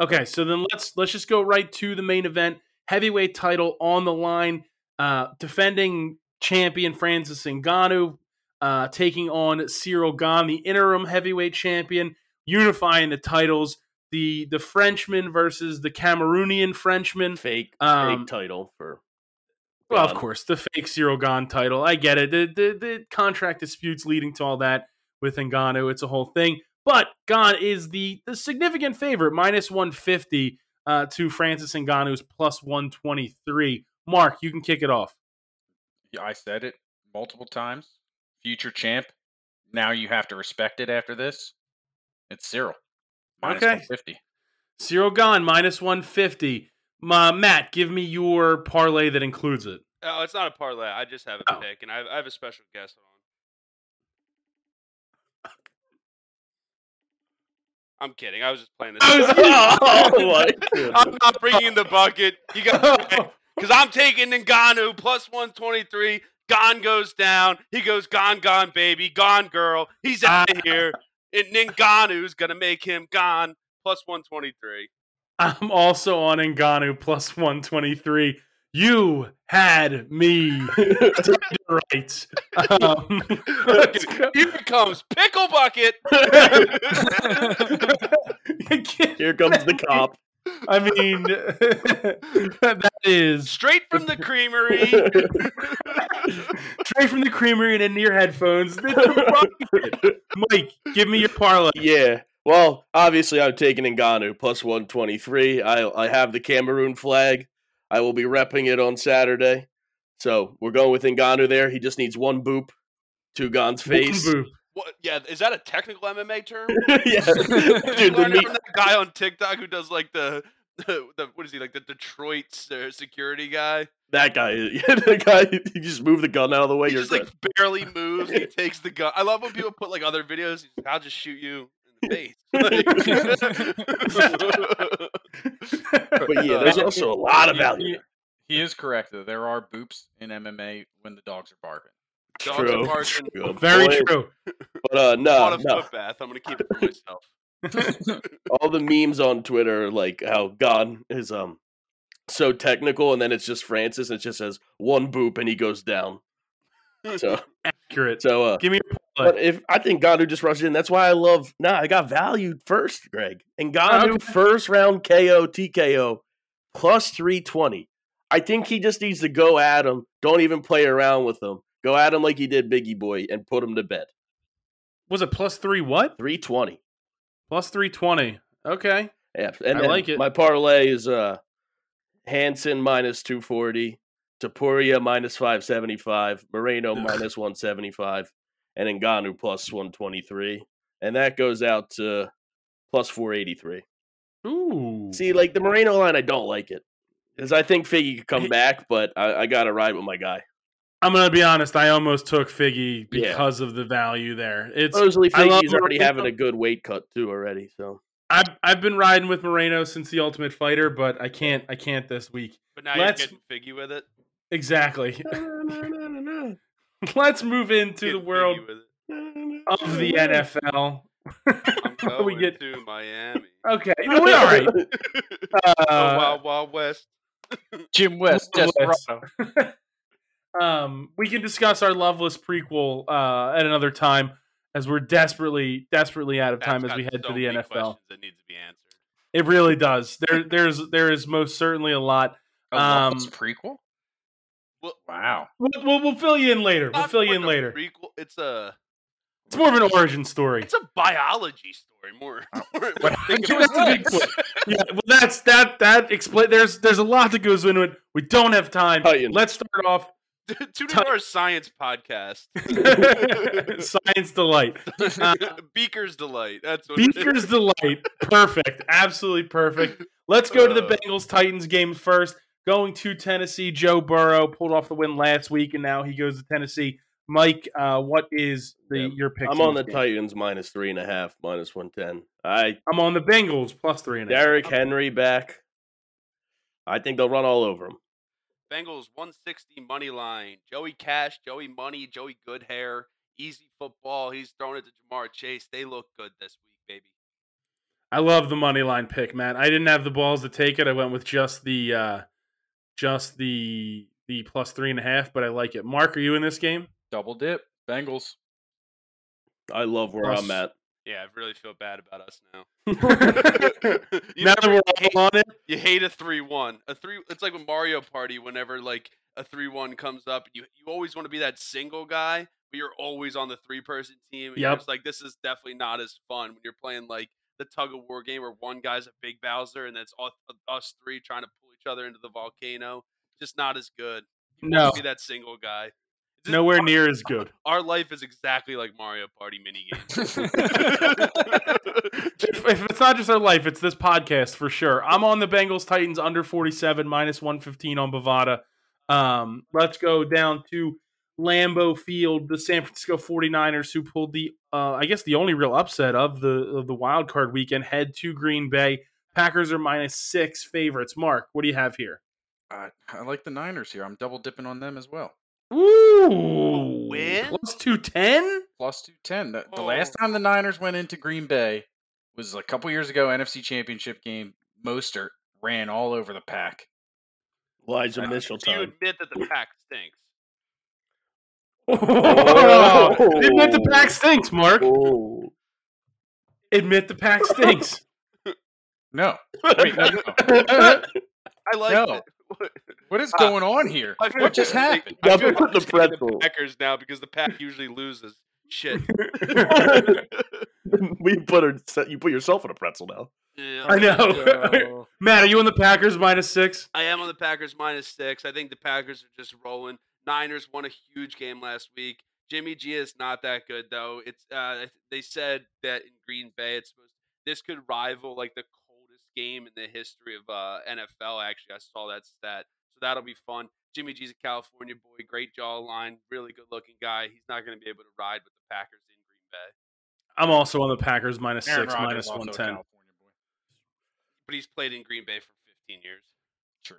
S2: Okay, so then let's let's just go right to the main event. Heavyweight title on the line. Uh, defending champion Francis Ngannou uh, taking on Cyril Gane, the interim heavyweight champion, unifying the titles. The the Frenchman versus the Cameroonian Frenchman.
S3: Fake
S2: Um,
S3: fake title for.
S2: Well, of
S3: Gone.
S2: course, the fake Cyril Gane title. I get it. The, the the contract disputes leading to all that with Ngannou. It's a whole thing. But Gane is the, the significant favorite, minus 150 uh, to Francis Ngannou's plus 123. Mark, you can kick it off.
S5: Yeah, I said it multiple times. Future champ. Now you have to respect it after this. It's Cyril. Minus
S2: Okay.
S5: 150.
S2: Cyril Gane, minus 150. Ma, Matt, give me your parlay that includes it. <laughs>
S4: Oh, it's not a parlay. I just have a
S2: Oh.
S4: pick, and I have, I have a special guest
S2: <laughs>
S4: on. I'm kidding. I was just playing this. <laughs>
S2: I was-
S3: <laughs> oh my
S2: <laughs>
S3: <laughs> goodness.
S4: I'm not bringing in the bucket. You got
S3: <laughs>
S4: because I'm taking Ngannou plus one twenty three. Gone goes down. He goes gone, gone, baby, gone, girl. He's out
S3: Ah.
S4: of here. And Ngannou's gonna make him gone plus one twenty
S3: <laughs>
S4: three.
S2: I'm also on Ngannou plus 123. You had me <laughs> right. Um, <laughs> let's go.
S4: Here comes pickle bucket.
S3: Here comes the cop.
S2: I mean, that is
S4: Straight from
S3: <laughs>
S4: the creamery.
S2: straight from the creamery and into your headphones. It's the rocket. Mike, give me your parlay.
S3: yeah. Well, obviously, I'm taking Ngannou plus 123. I I have the Cameroon flag. I will be repping it on Saturday. So we're going with Ngannou there. He just needs one boop to Gon's face.
S2: Boom, boom.
S4: What, yeah, is that a technical MMA term?
S3: <laughs> yeah. <laughs> Dude, the
S4: Learned
S3: meat,
S4: from that guy on TikTok who does like the, <laughs> the, what is he like the Detroit uh, security guy?
S3: <laughs> that guy, <laughs> the guy, you just move the gun out of the way.
S4: he
S3: You're
S4: just like barely moves.
S3: <laughs>
S4: He takes the gun. I love when people put like other videos. he's like, I'll just shoot you in the face. Like-
S3: good. But yeah, there's
S5: Uh,
S3: also a lot of
S5: He-
S3: value.
S5: He, he is correct, though. There are boops in MMA when the dogs are barking.
S4: <laughs> Dogs are
S3: <laughs> True.
S4: barking.
S3: Good
S2: Very
S3: point.
S2: true.
S3: But uh, no,
S4: Caught a
S3: no.
S4: foot bath. I'm gonna keep it for myself.
S3: All the memes on Twitter are like how Gon is um so technical, and then it's just Francis, and it just says one boop, and he goes down. So
S2: Accurate.
S3: so uh,
S2: Give me your
S3: but
S2: parlay.
S3: if I think Ganu just rushed in, that's why I love. Nah, I got value first, Greg, and Ganu
S2: Okay.
S3: first round KO TKO plus three twenty. I think he just needs to go at him. Don't even play around with him. Go at him like he did Biggie Boy and put him to bed.
S2: Was it plus three what?
S3: Three twenty.
S2: Plus 320. Okay.
S3: Yeah, and
S2: I
S3: then
S2: like it.
S3: My parlay is uh Hanson minus two forty, Tapuria minus five seventy five, Moreno
S2: Ugh.
S3: minus one seventy five, and Engano plus one twenty three, and that goes out to plus four eighty three.
S2: Ooh.
S3: See, like the Moreno line, I don't like it because I think Figgy could come
S2: Hey.
S3: back, but I, I got to ride with my guy.
S2: I'm gonna be honest. I almost took Figgy
S3: Yeah. Oh.
S2: because of the value there. It's
S3: Supposedly,
S2: I love
S3: Figgy's already
S2: Moreno.
S3: having a good weight cut too already. So
S2: I've I've been riding with Moreno since the Ultimate Fighter, but I can't I can't this week.
S4: But now
S2: Let's-
S4: you're getting figgy with it.
S2: Exactly. <laughs> Let's move into
S4: Get
S2: the world
S4: jiggy with
S2: <laughs>
S4: it.
S2: of the NFL.
S4: I'm
S2: Where
S4: going
S2: we get
S4: to Miami.
S2: okay. No,
S4: <laughs>
S2: we're all right.
S4: The
S2: Uh,
S4: Wild Wild West. Mm,
S5: Jim West,
S2: Jim
S5: Desperado.
S2: West. um, we can discuss our Loveless prequel uh, at another time, as we're desperately, desperately out of time
S4: That's
S2: as we
S4: got
S2: head
S4: so
S2: to the
S4: many
S2: NFL.
S4: questions That needs to be answered.
S2: It really does. There, there's, there is most certainly a lot.
S5: A Loveless
S2: Um,
S5: prequel?
S4: Well-
S5: Wow.
S2: We'll, we'll, we'll fill you in later. We'll
S4: Not
S2: fill you
S4: quite
S2: in
S4: a
S2: later.
S4: Prequel. It's a
S2: It's more of an origin story.
S4: it's a biology story more. <laughs> more-
S5: What
S4: <laughs> think
S5: happened
S4: about
S5: to
S4: it. <laughs>
S5: his legs?
S2: yeah, well, that's that. That explain. There's, there's a lot that goes into it. We don't have time.
S3: Titan.
S2: Let's start off
S4: <laughs>
S2: <laughs>
S4: Tune into our science podcast.
S2: Science delight.
S4: <laughs> Beaker's delight. That's what it is.
S2: Beaker's delight. Perfect. Absolutely perfect. Let's go to the
S4: Uh.
S2: Bengals Titans game first. Going to Tennessee, Joe Burrow pulled off the win last week, and now he goes to Tennessee. Mike, uh, what is the
S3: Yeah,
S2: your pick?
S3: I'm on the Titans minus three and a half, minus one ten. I
S2: I'm on the Bengals plus three and a half.
S3: Derrick Henry back. I think they'll run all over him.
S4: Bengals 160 money line. Joey Cash, Joey Money, Joey Goodhair. Easy football. He's throwing it to Jamar Chase. They look good this week, baby.
S2: I love the money line pick, Matt. I didn't have the balls to take it. I went with just the uh, just the the plus three and a half, but I like it. Mark, are you in this
S3: <laughs>
S2: game?
S5: Double dip.
S4: <laughs>
S2: <laughs>
S5: Bengals.
S3: I love where
S2: Plus-
S3: I'm at.
S4: Yeah, I really feel bad about us now. <laughs> you,
S2: now that
S4: never-
S3: <laughs>
S2: we're all on it,
S4: you hate a three-one. A three. It's like a Mario Party. Whenever like a three-one comes up, you you always want to be that single guy, but you're always on the three-person team. And
S2: Yep.
S4: It's like this is definitely not as fun when you're playing like the tug of war game where one guy's a big Bowser and that's all, us three trying to pull each other into the volcano. Just not as good. You
S2: no,
S4: want to be that single guy. It's just-
S2: nowhere
S4: our-
S2: near as good.
S4: Our life is exactly like Mario Party
S2: <laughs>
S4: <laughs> minigame.
S2: If, if it's not just our life, it's this podcast for sure. I'm on the Bengals Titans under 47 minus 115 on Bovada. Um, let's go down to Lambeau Field, the San Francisco 49ers who pulled the uh, I guess the only real upset of the of the wild card weekend head to Green Bay. Packers are minus 6 favorites. Mark, what do you have here?
S5: I, I like the Niners here. I'm double dipping on them as well.
S2: Ooh.
S4: win?
S2: Plus 210?
S5: Plus 210. The, the
S4: Oh.
S5: last time the Niners went into Green Bay was a couple years ago, NFC Championship game. Mostert ran all over the pack.
S3: Elijah
S4: Uh,
S3: Mitchell
S4: Do you
S3: time.
S4: admit that the pack stinks?
S2: Oh. Admit the pack stinks, <laughs> Mark.
S3: Oh.
S2: Admit the pack stinks.
S5: <laughs> No. Wait, no, no.
S4: I like
S5: No.
S4: it.
S5: What is
S4: Uh,
S5: going on here?
S4: I feel
S5: What <laughs> just
S4: like-
S5: happened?
S4: I
S3: Double
S4: feel
S3: put
S4: like
S3: the
S4: I'm taking
S3: pretzel.
S4: Packers now because the pack usually loses.
S3: <laughs>
S4: Shit.
S3: <laughs> we put her, you put yourself in a pretzel now.
S4: Yeah.
S2: I
S3: <laughs>
S2: know.
S5: So-
S2: <laughs> Matt, are you on the Packers minus six?
S4: I am on the Packers minus six. I think the Packers are just rolling. Niners won a huge game last week. Jimmy G is not that good though. It's uh, th- they said that in Green Bay, it's supposed this could rival like the coldest game in the history of uh, NFL. Actually, I saw that stat, so that'll be fun. Jimmy G's a California boy, great jawline, really good looking guy. He's not going to be able to ride with the Packers in Green Bay,
S2: I'm also on the Packers minus
S5: Aaron
S2: six,
S5: Rodgers
S2: minus
S5: also a
S2: one ten.
S5: California boy.
S4: but he's played in Green Bay for 15 years.
S5: True.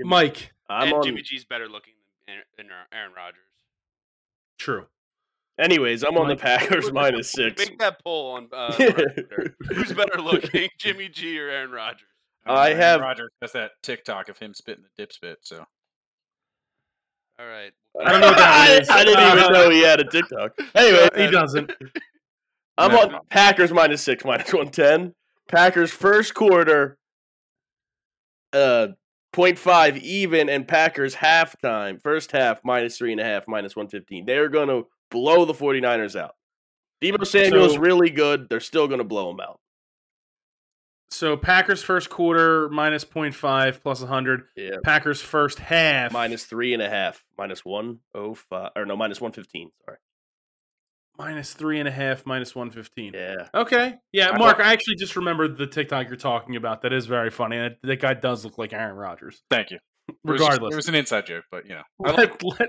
S2: Mike,
S3: I'm
S4: and
S3: on.
S4: Jimmy G's better looking than Aaron- than Aaron Rodgers.
S2: true.
S3: Anyways, I'm on the
S2: Mike.
S3: Packers minus six.
S4: Make that poll on
S3: <laughs>
S4: uh,
S3: Yeah.
S4: Twitter. who's better looking, <laughs> Jimmy G or Aaron Rodgers?
S3: I
S5: Aaron
S3: have-
S5: Rodgers has that TikTok of him spitting the dip spit. So
S4: All right,
S2: I don't know what that
S3: <laughs> I-
S2: is.
S3: I
S2: <laughs>
S3: didn't even know he had a TikTok. Anyway,
S2: He doesn't.
S3: I'm
S5: No.
S3: on Packers minus six, minus one ten. Packers first quarter, uh, 0.5 even, and Packers halftime, first half minus three and a half, minus one fifteen. They are going to blow the 49ers out. Debo Samuel's
S2: So-
S3: really good. They're still going to blow him out.
S2: So Packers first quarter minus 0.5 plus 100.
S3: Yeah,
S2: Packers first half
S3: minus three and a half, minus one oh five, or no, minus one fifteen. Sorry.
S2: minus three and a half minus 115.
S3: Yeah,
S2: Okay. Yeah,
S3: I
S2: Mark, I actually just remembered the TikTok you're talking about. That is very funny. And that guy does look like Aaron Rodgers.
S5: thank you. It was just-
S2: Regardless.
S5: it was an inside joke, but you
S2: let, let,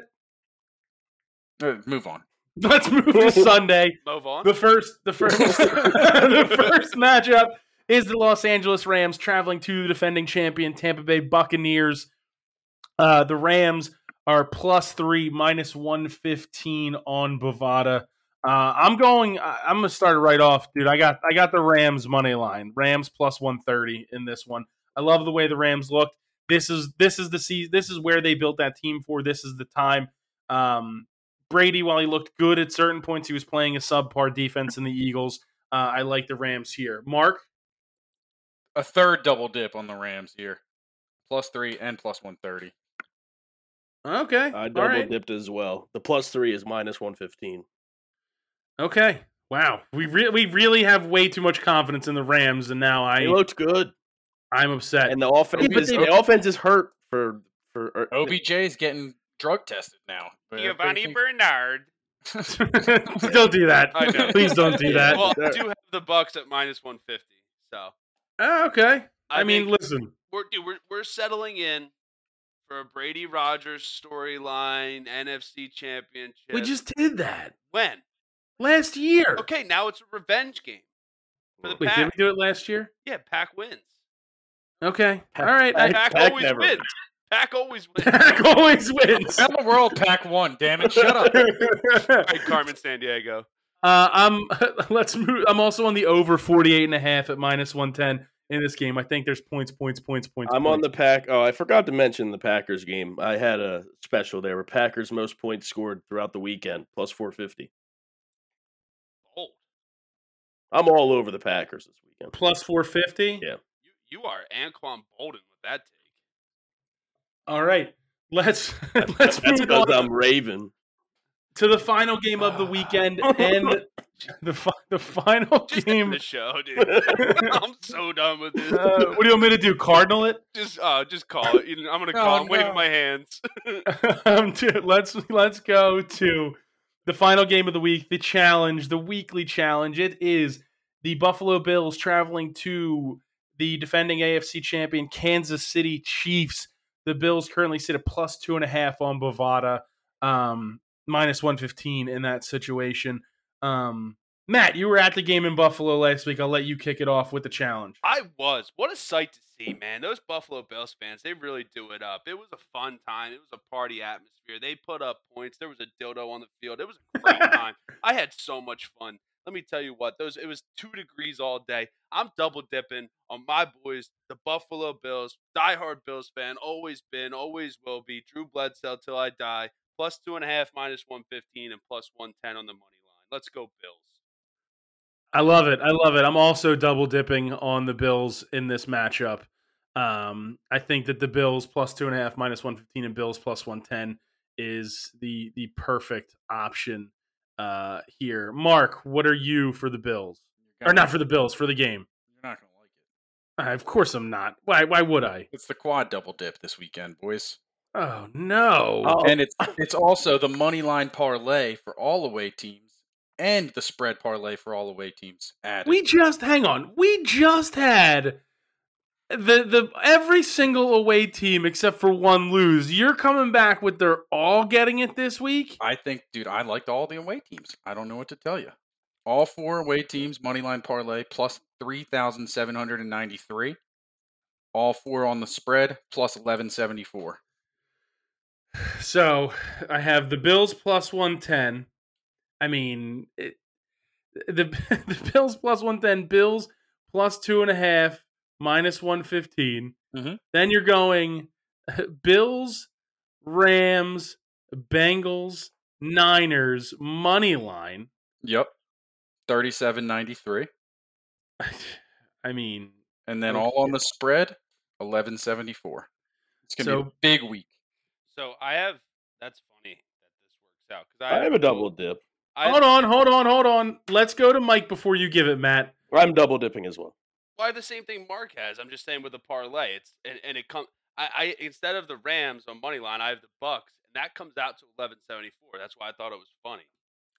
S5: know, Uh, move on.
S2: let's move
S5: <laughs>
S2: to Sunday.
S4: move on.
S2: The first, the first, <laughs> the first matchup is the Los Angeles Rams traveling to the defending champion Tampa Bay Buccaneers. Uh, the Rams are plus three, minus 115 on Bovada. Uh, I'm going. I- I'm gonna start it right off, dude. I got I got the Rams money line. Rams plus 130 in this one. I love the way the Rams looked. This is this is the season. This is where they built that team for. This is the time. Um, Brady, while he looked good at certain points, he was playing a subpar defense in the Eagles. Uh, I like the Rams here. Mark,
S5: A third double dip on the Rams here. Plus three and plus 130.
S2: okay,
S3: I double dipped as well. The plus three is minus one fifteen.
S2: Okay. Wow. We re- we really have way too much confidence in the Rams and now I
S3: He looked good,
S2: I'm upset.
S3: and the offense.
S5: but
S3: is,
S5: they-
S3: the offense is hurt for for. er, or-
S5: OBJ's getting drug tested now. but
S4: Giovanni
S5: everybody
S4: Bernard.
S5: <laughs> thinks-
S2: <laughs> don't do that.
S4: I know.
S2: Please don't do that.
S4: Well, I do have the Bucks at minus one fifty. So
S2: Ah, okay. I, mean,
S4: think
S2: listen.
S4: we're dude, we're we're settling in for a Brady Rogers storyline, NFC Championship.
S2: We just did that
S4: when
S2: last year.
S4: okay now it's a revenge game for the
S2: Wait, did
S4: Pack.
S2: we do it last year?
S4: Yeah, Pack wins.
S2: Okay. All right. I,
S4: Pack,
S3: Pack
S4: always
S3: never-
S4: wins. Pack always wins. All
S2: Pack <laughs> always wins. Uh,
S5: Around the world, pack one. Damn it! Shut
S2: <laughs>
S5: up.
S4: right, Carmen San Diego.
S2: Uh, I'm <laughs> let's move. I'm also on the over 48 and a half at minus 110 in this game. I think there's points, points, points, points.
S3: I'm on
S2: points.
S3: the pack. Oh, I forgot to mention the Packers game. I had a special there where Packers most points scored throughout the weekend, plus 450.
S4: Oh,
S3: I'm all over the Packers this weekend.
S2: plus 450.
S3: Yeah.
S4: you, you are Anquan Bolden with that take.
S2: All right. Let's <laughs> let's
S3: That's
S2: move
S3: because
S2: on
S3: I'm Raven.
S2: to the final game of the weekend and the fi- the final
S4: Just end
S2: game.
S4: the show, dude. <laughs> I'm so done with this.
S2: Uh, what do you want me to do? Cardinal it?
S4: just, uh, just call it. You know, I'm gonna
S5: No,
S4: call. I'm
S5: no.
S4: waving my hands.
S2: <laughs> um, dude, let's let's go to the final game of the week, the challenge, the weekly challenge. It is the Buffalo Bills traveling to the defending AFC champion Kansas City Chiefs. The Bills currently sit at plus two and a half on Bovada, um, minus one fifteen in that situation. Um, Matt, you were at the game in Buffalo last week. I'll let you kick it off with the challenge.
S4: I was. What a sight to see, man. Those Buffalo Bills fans, they really do it up. It was a fun time. It was a party atmosphere. They put up points. There was a dildo on the field. It was a great time. I had so much fun. Let me tell you what, those it was two degrees all day. I'm double dipping on my boys, the Buffalo Bills, diehard Bills fan, always been, always will be. Drew Bledsoe till I die. Plus two and a half, minus one fifteen, and plus one ten on the money line. Let's go, Bills.
S2: I love it. I love it. I'm also double dipping on the Bills in this matchup. Um, I think that the Bills plus two and a half, minus one fifteen, and Bills plus one ten is the the perfect option uh, here. Mark, what are you for the Bills? Or not for the Bills for the game?
S5: You're not gonna like it.
S2: Uh, of course, I'm not. Why? Why would I?
S5: It's the quad double dip this weekend, boys.
S2: Oh no!
S5: And it's it's also the money line parlay for all away teams and the spread parlay for all away teams. Added.
S2: We just hang on. We just had the the every single away team except for one lose. You're coming back with they're all getting it this week.
S5: I think, dude, I liked all the away teams. I don't know what to tell you. All four away teams money line parlay plus three thousand seven hundred and ninety three. All four on the spread plus eleven seventy four.
S2: So I have the Bills plus one ten. I mean, it, the <laughs> the Bills plus one ten, Bills plus two and a half, minus one
S5: Mhm.
S2: Then you're going <laughs> Bills, Rams, Bengals, Niners money line.
S5: Yep, thirty seven ninety three,
S2: <sighs> I mean,
S5: and then
S2: Oh,
S5: all on the spread eleven seventy four. It's gonna be a
S2: So-
S5: big week. <laughs>
S4: So I have that's funny that this works out because
S3: I have a double dip.
S4: I,
S2: hold on, hold on, hold on. Let's go to Mike before you give it, Matt.
S3: I'm double dipping as well.
S4: Well, I have the same thing Mark has. I'm just saying with the parlay, it's and, and it comes. I, I instead of the Rams on money line, I have the Bucks, and that comes out to 1174. That's why I thought it was funny.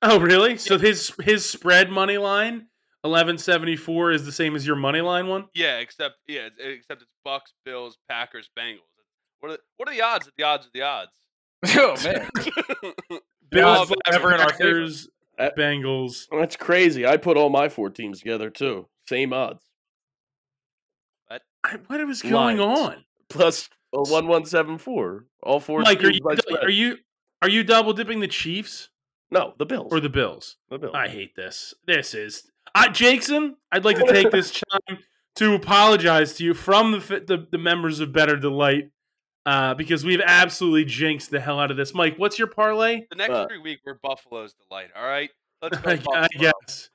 S2: Oh, really? So his his spread money line eleven seventy four is the same as your money line one.
S4: Yeah, except yeah, it's- except it's Bucks, Bills, Packers, Bengals. What are the, what are the odds? That the odds are the odds.
S2: <laughs>
S5: oh
S4: <laughs>
S5: man,
S2: Bills,
S4: but
S2: Packers,
S5: ever in our favor.
S3: Uh,
S2: Bengals.
S3: That's crazy. I put all my four teams together too. Same odds.
S2: I, what was going
S3: Lions.
S2: on?
S3: Plus Well, one one seven four. All four.
S2: Mike, are
S3: teams
S2: you
S3: vice
S2: are
S3: president.
S2: you are you double dipping the Chiefs
S3: No, the Bills.
S2: or the Bills?
S3: the Bills.
S2: I hate this. This is I, Jackson. I'd
S5: <laughs>
S2: like to take this time to apologize to you from the fi- the, the members of Better Delight uh, because we've absolutely jinxed the hell out of this. Mike, what's your parlay?
S4: The next
S3: Uh,
S4: three week we're Buffalo's delight. All right, <laughs> let's go.
S2: I,
S4: Buffalo.
S2: I guess.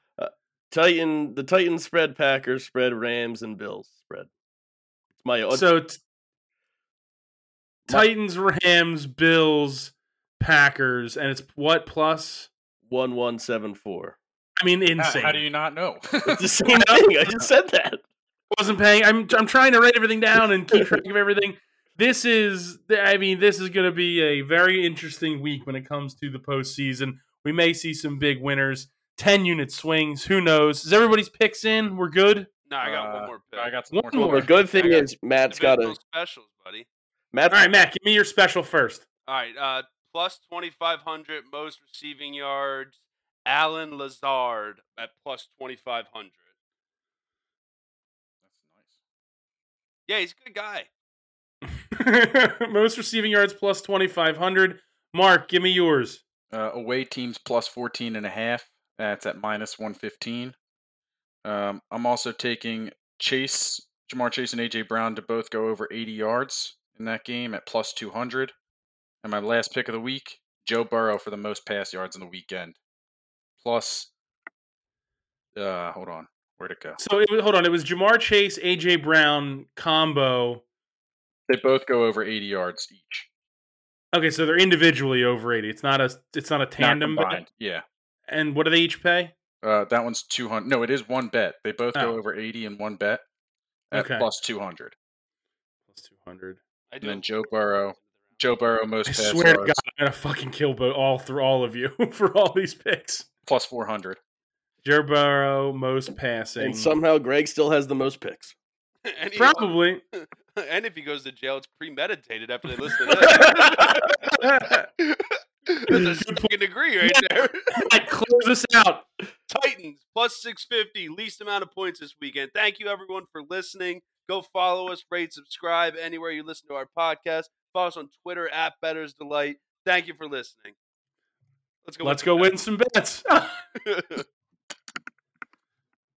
S3: Titan. The Titans spread. Packers spread. Rams and Bills spread. It's my
S2: So t- Titans, Rams, Bills, Packers, and it's what plus?
S3: one one seven <laughs> four.
S2: I mean,
S5: How-
S2: insane.
S5: How, do you not know? <laughs>
S3: It's the same thing. I just said that.
S2: wasn't paying. I'm I'm trying to write everything down and keep track of everything. This is I mean this is going to be a very interesting week when it comes to the postseason. We may see some big winners, ten unit swings. Who knows? Is everybody's picks in? We're good.
S4: No, I got
S5: Uh,
S4: one more pick.
S5: I got some
S2: One
S5: more.
S3: Well,
S2: more.
S3: the good thing
S4: got-
S3: is Matt's got
S4: Divisional
S3: a
S4: specials, buddy.
S2: All
S3: Matt.
S2: right, Matt, give me your special first. <laughs>
S4: All right, uh, plus twenty five hundred most receiving yards. Alan Lazard at plus twenty five hundred. Yeah, he's a good guy.
S2: Most receiving yards plus twenty five hundred. Mark, give me yours.
S5: Uh, away teams plus 14 and a half. That's at minus 115. Um, I'm also taking Chase, Jamar Chase, and AJ Brown to both go over 80 yards in that game at plus 200. And my last pick of the week, Joe Burrow for the most pass yards in the weekend, plus. Uh, hold on, where'd it go?
S2: So it was, hold on, it was Jamar Chase, AJ Brown combo.
S5: They both go over 80 yards each.
S2: Okay, so they're individually over eighty. It's not a it's not a
S5: Not
S2: tandem. bet.
S5: combined, yeah.
S2: And what do they each pay?
S5: Uh, that one's 200. No, it is one bet. They both
S2: Oh.
S5: go over 80 in one bet at
S2: Okay.
S5: plus 200.
S2: Plus two hundred.
S4: I
S5: then
S4: a
S5: Joe
S4: little bit
S5: Burrow.
S4: of
S5: Joe Burrow most
S2: I
S5: pass
S2: swear to
S5: yards,
S2: God, I'm gonna fucking kill bo- all through all of you <laughs> for all these picks.
S5: plus 400.
S2: Joe Burrow most passing.
S3: And somehow Greg still has the most picks.
S4: around. <laughs> and, he-
S2: <laughs> Probably.
S4: and if he goes to jail, it's premeditated after they listen to this. <laughs> That's a
S2: Good point.
S4: second degree right there.
S2: Matt, close this out.
S4: Titans plus 650, least amount of points this weekend. Thank you, everyone, for listening. Go follow us, rate, subscribe anywhere you listen to our podcast. Follow us on Twitter at Better's Delight. Thank you for listening. Let's go.
S2: Let's go win some bets. <laughs>
S4: with-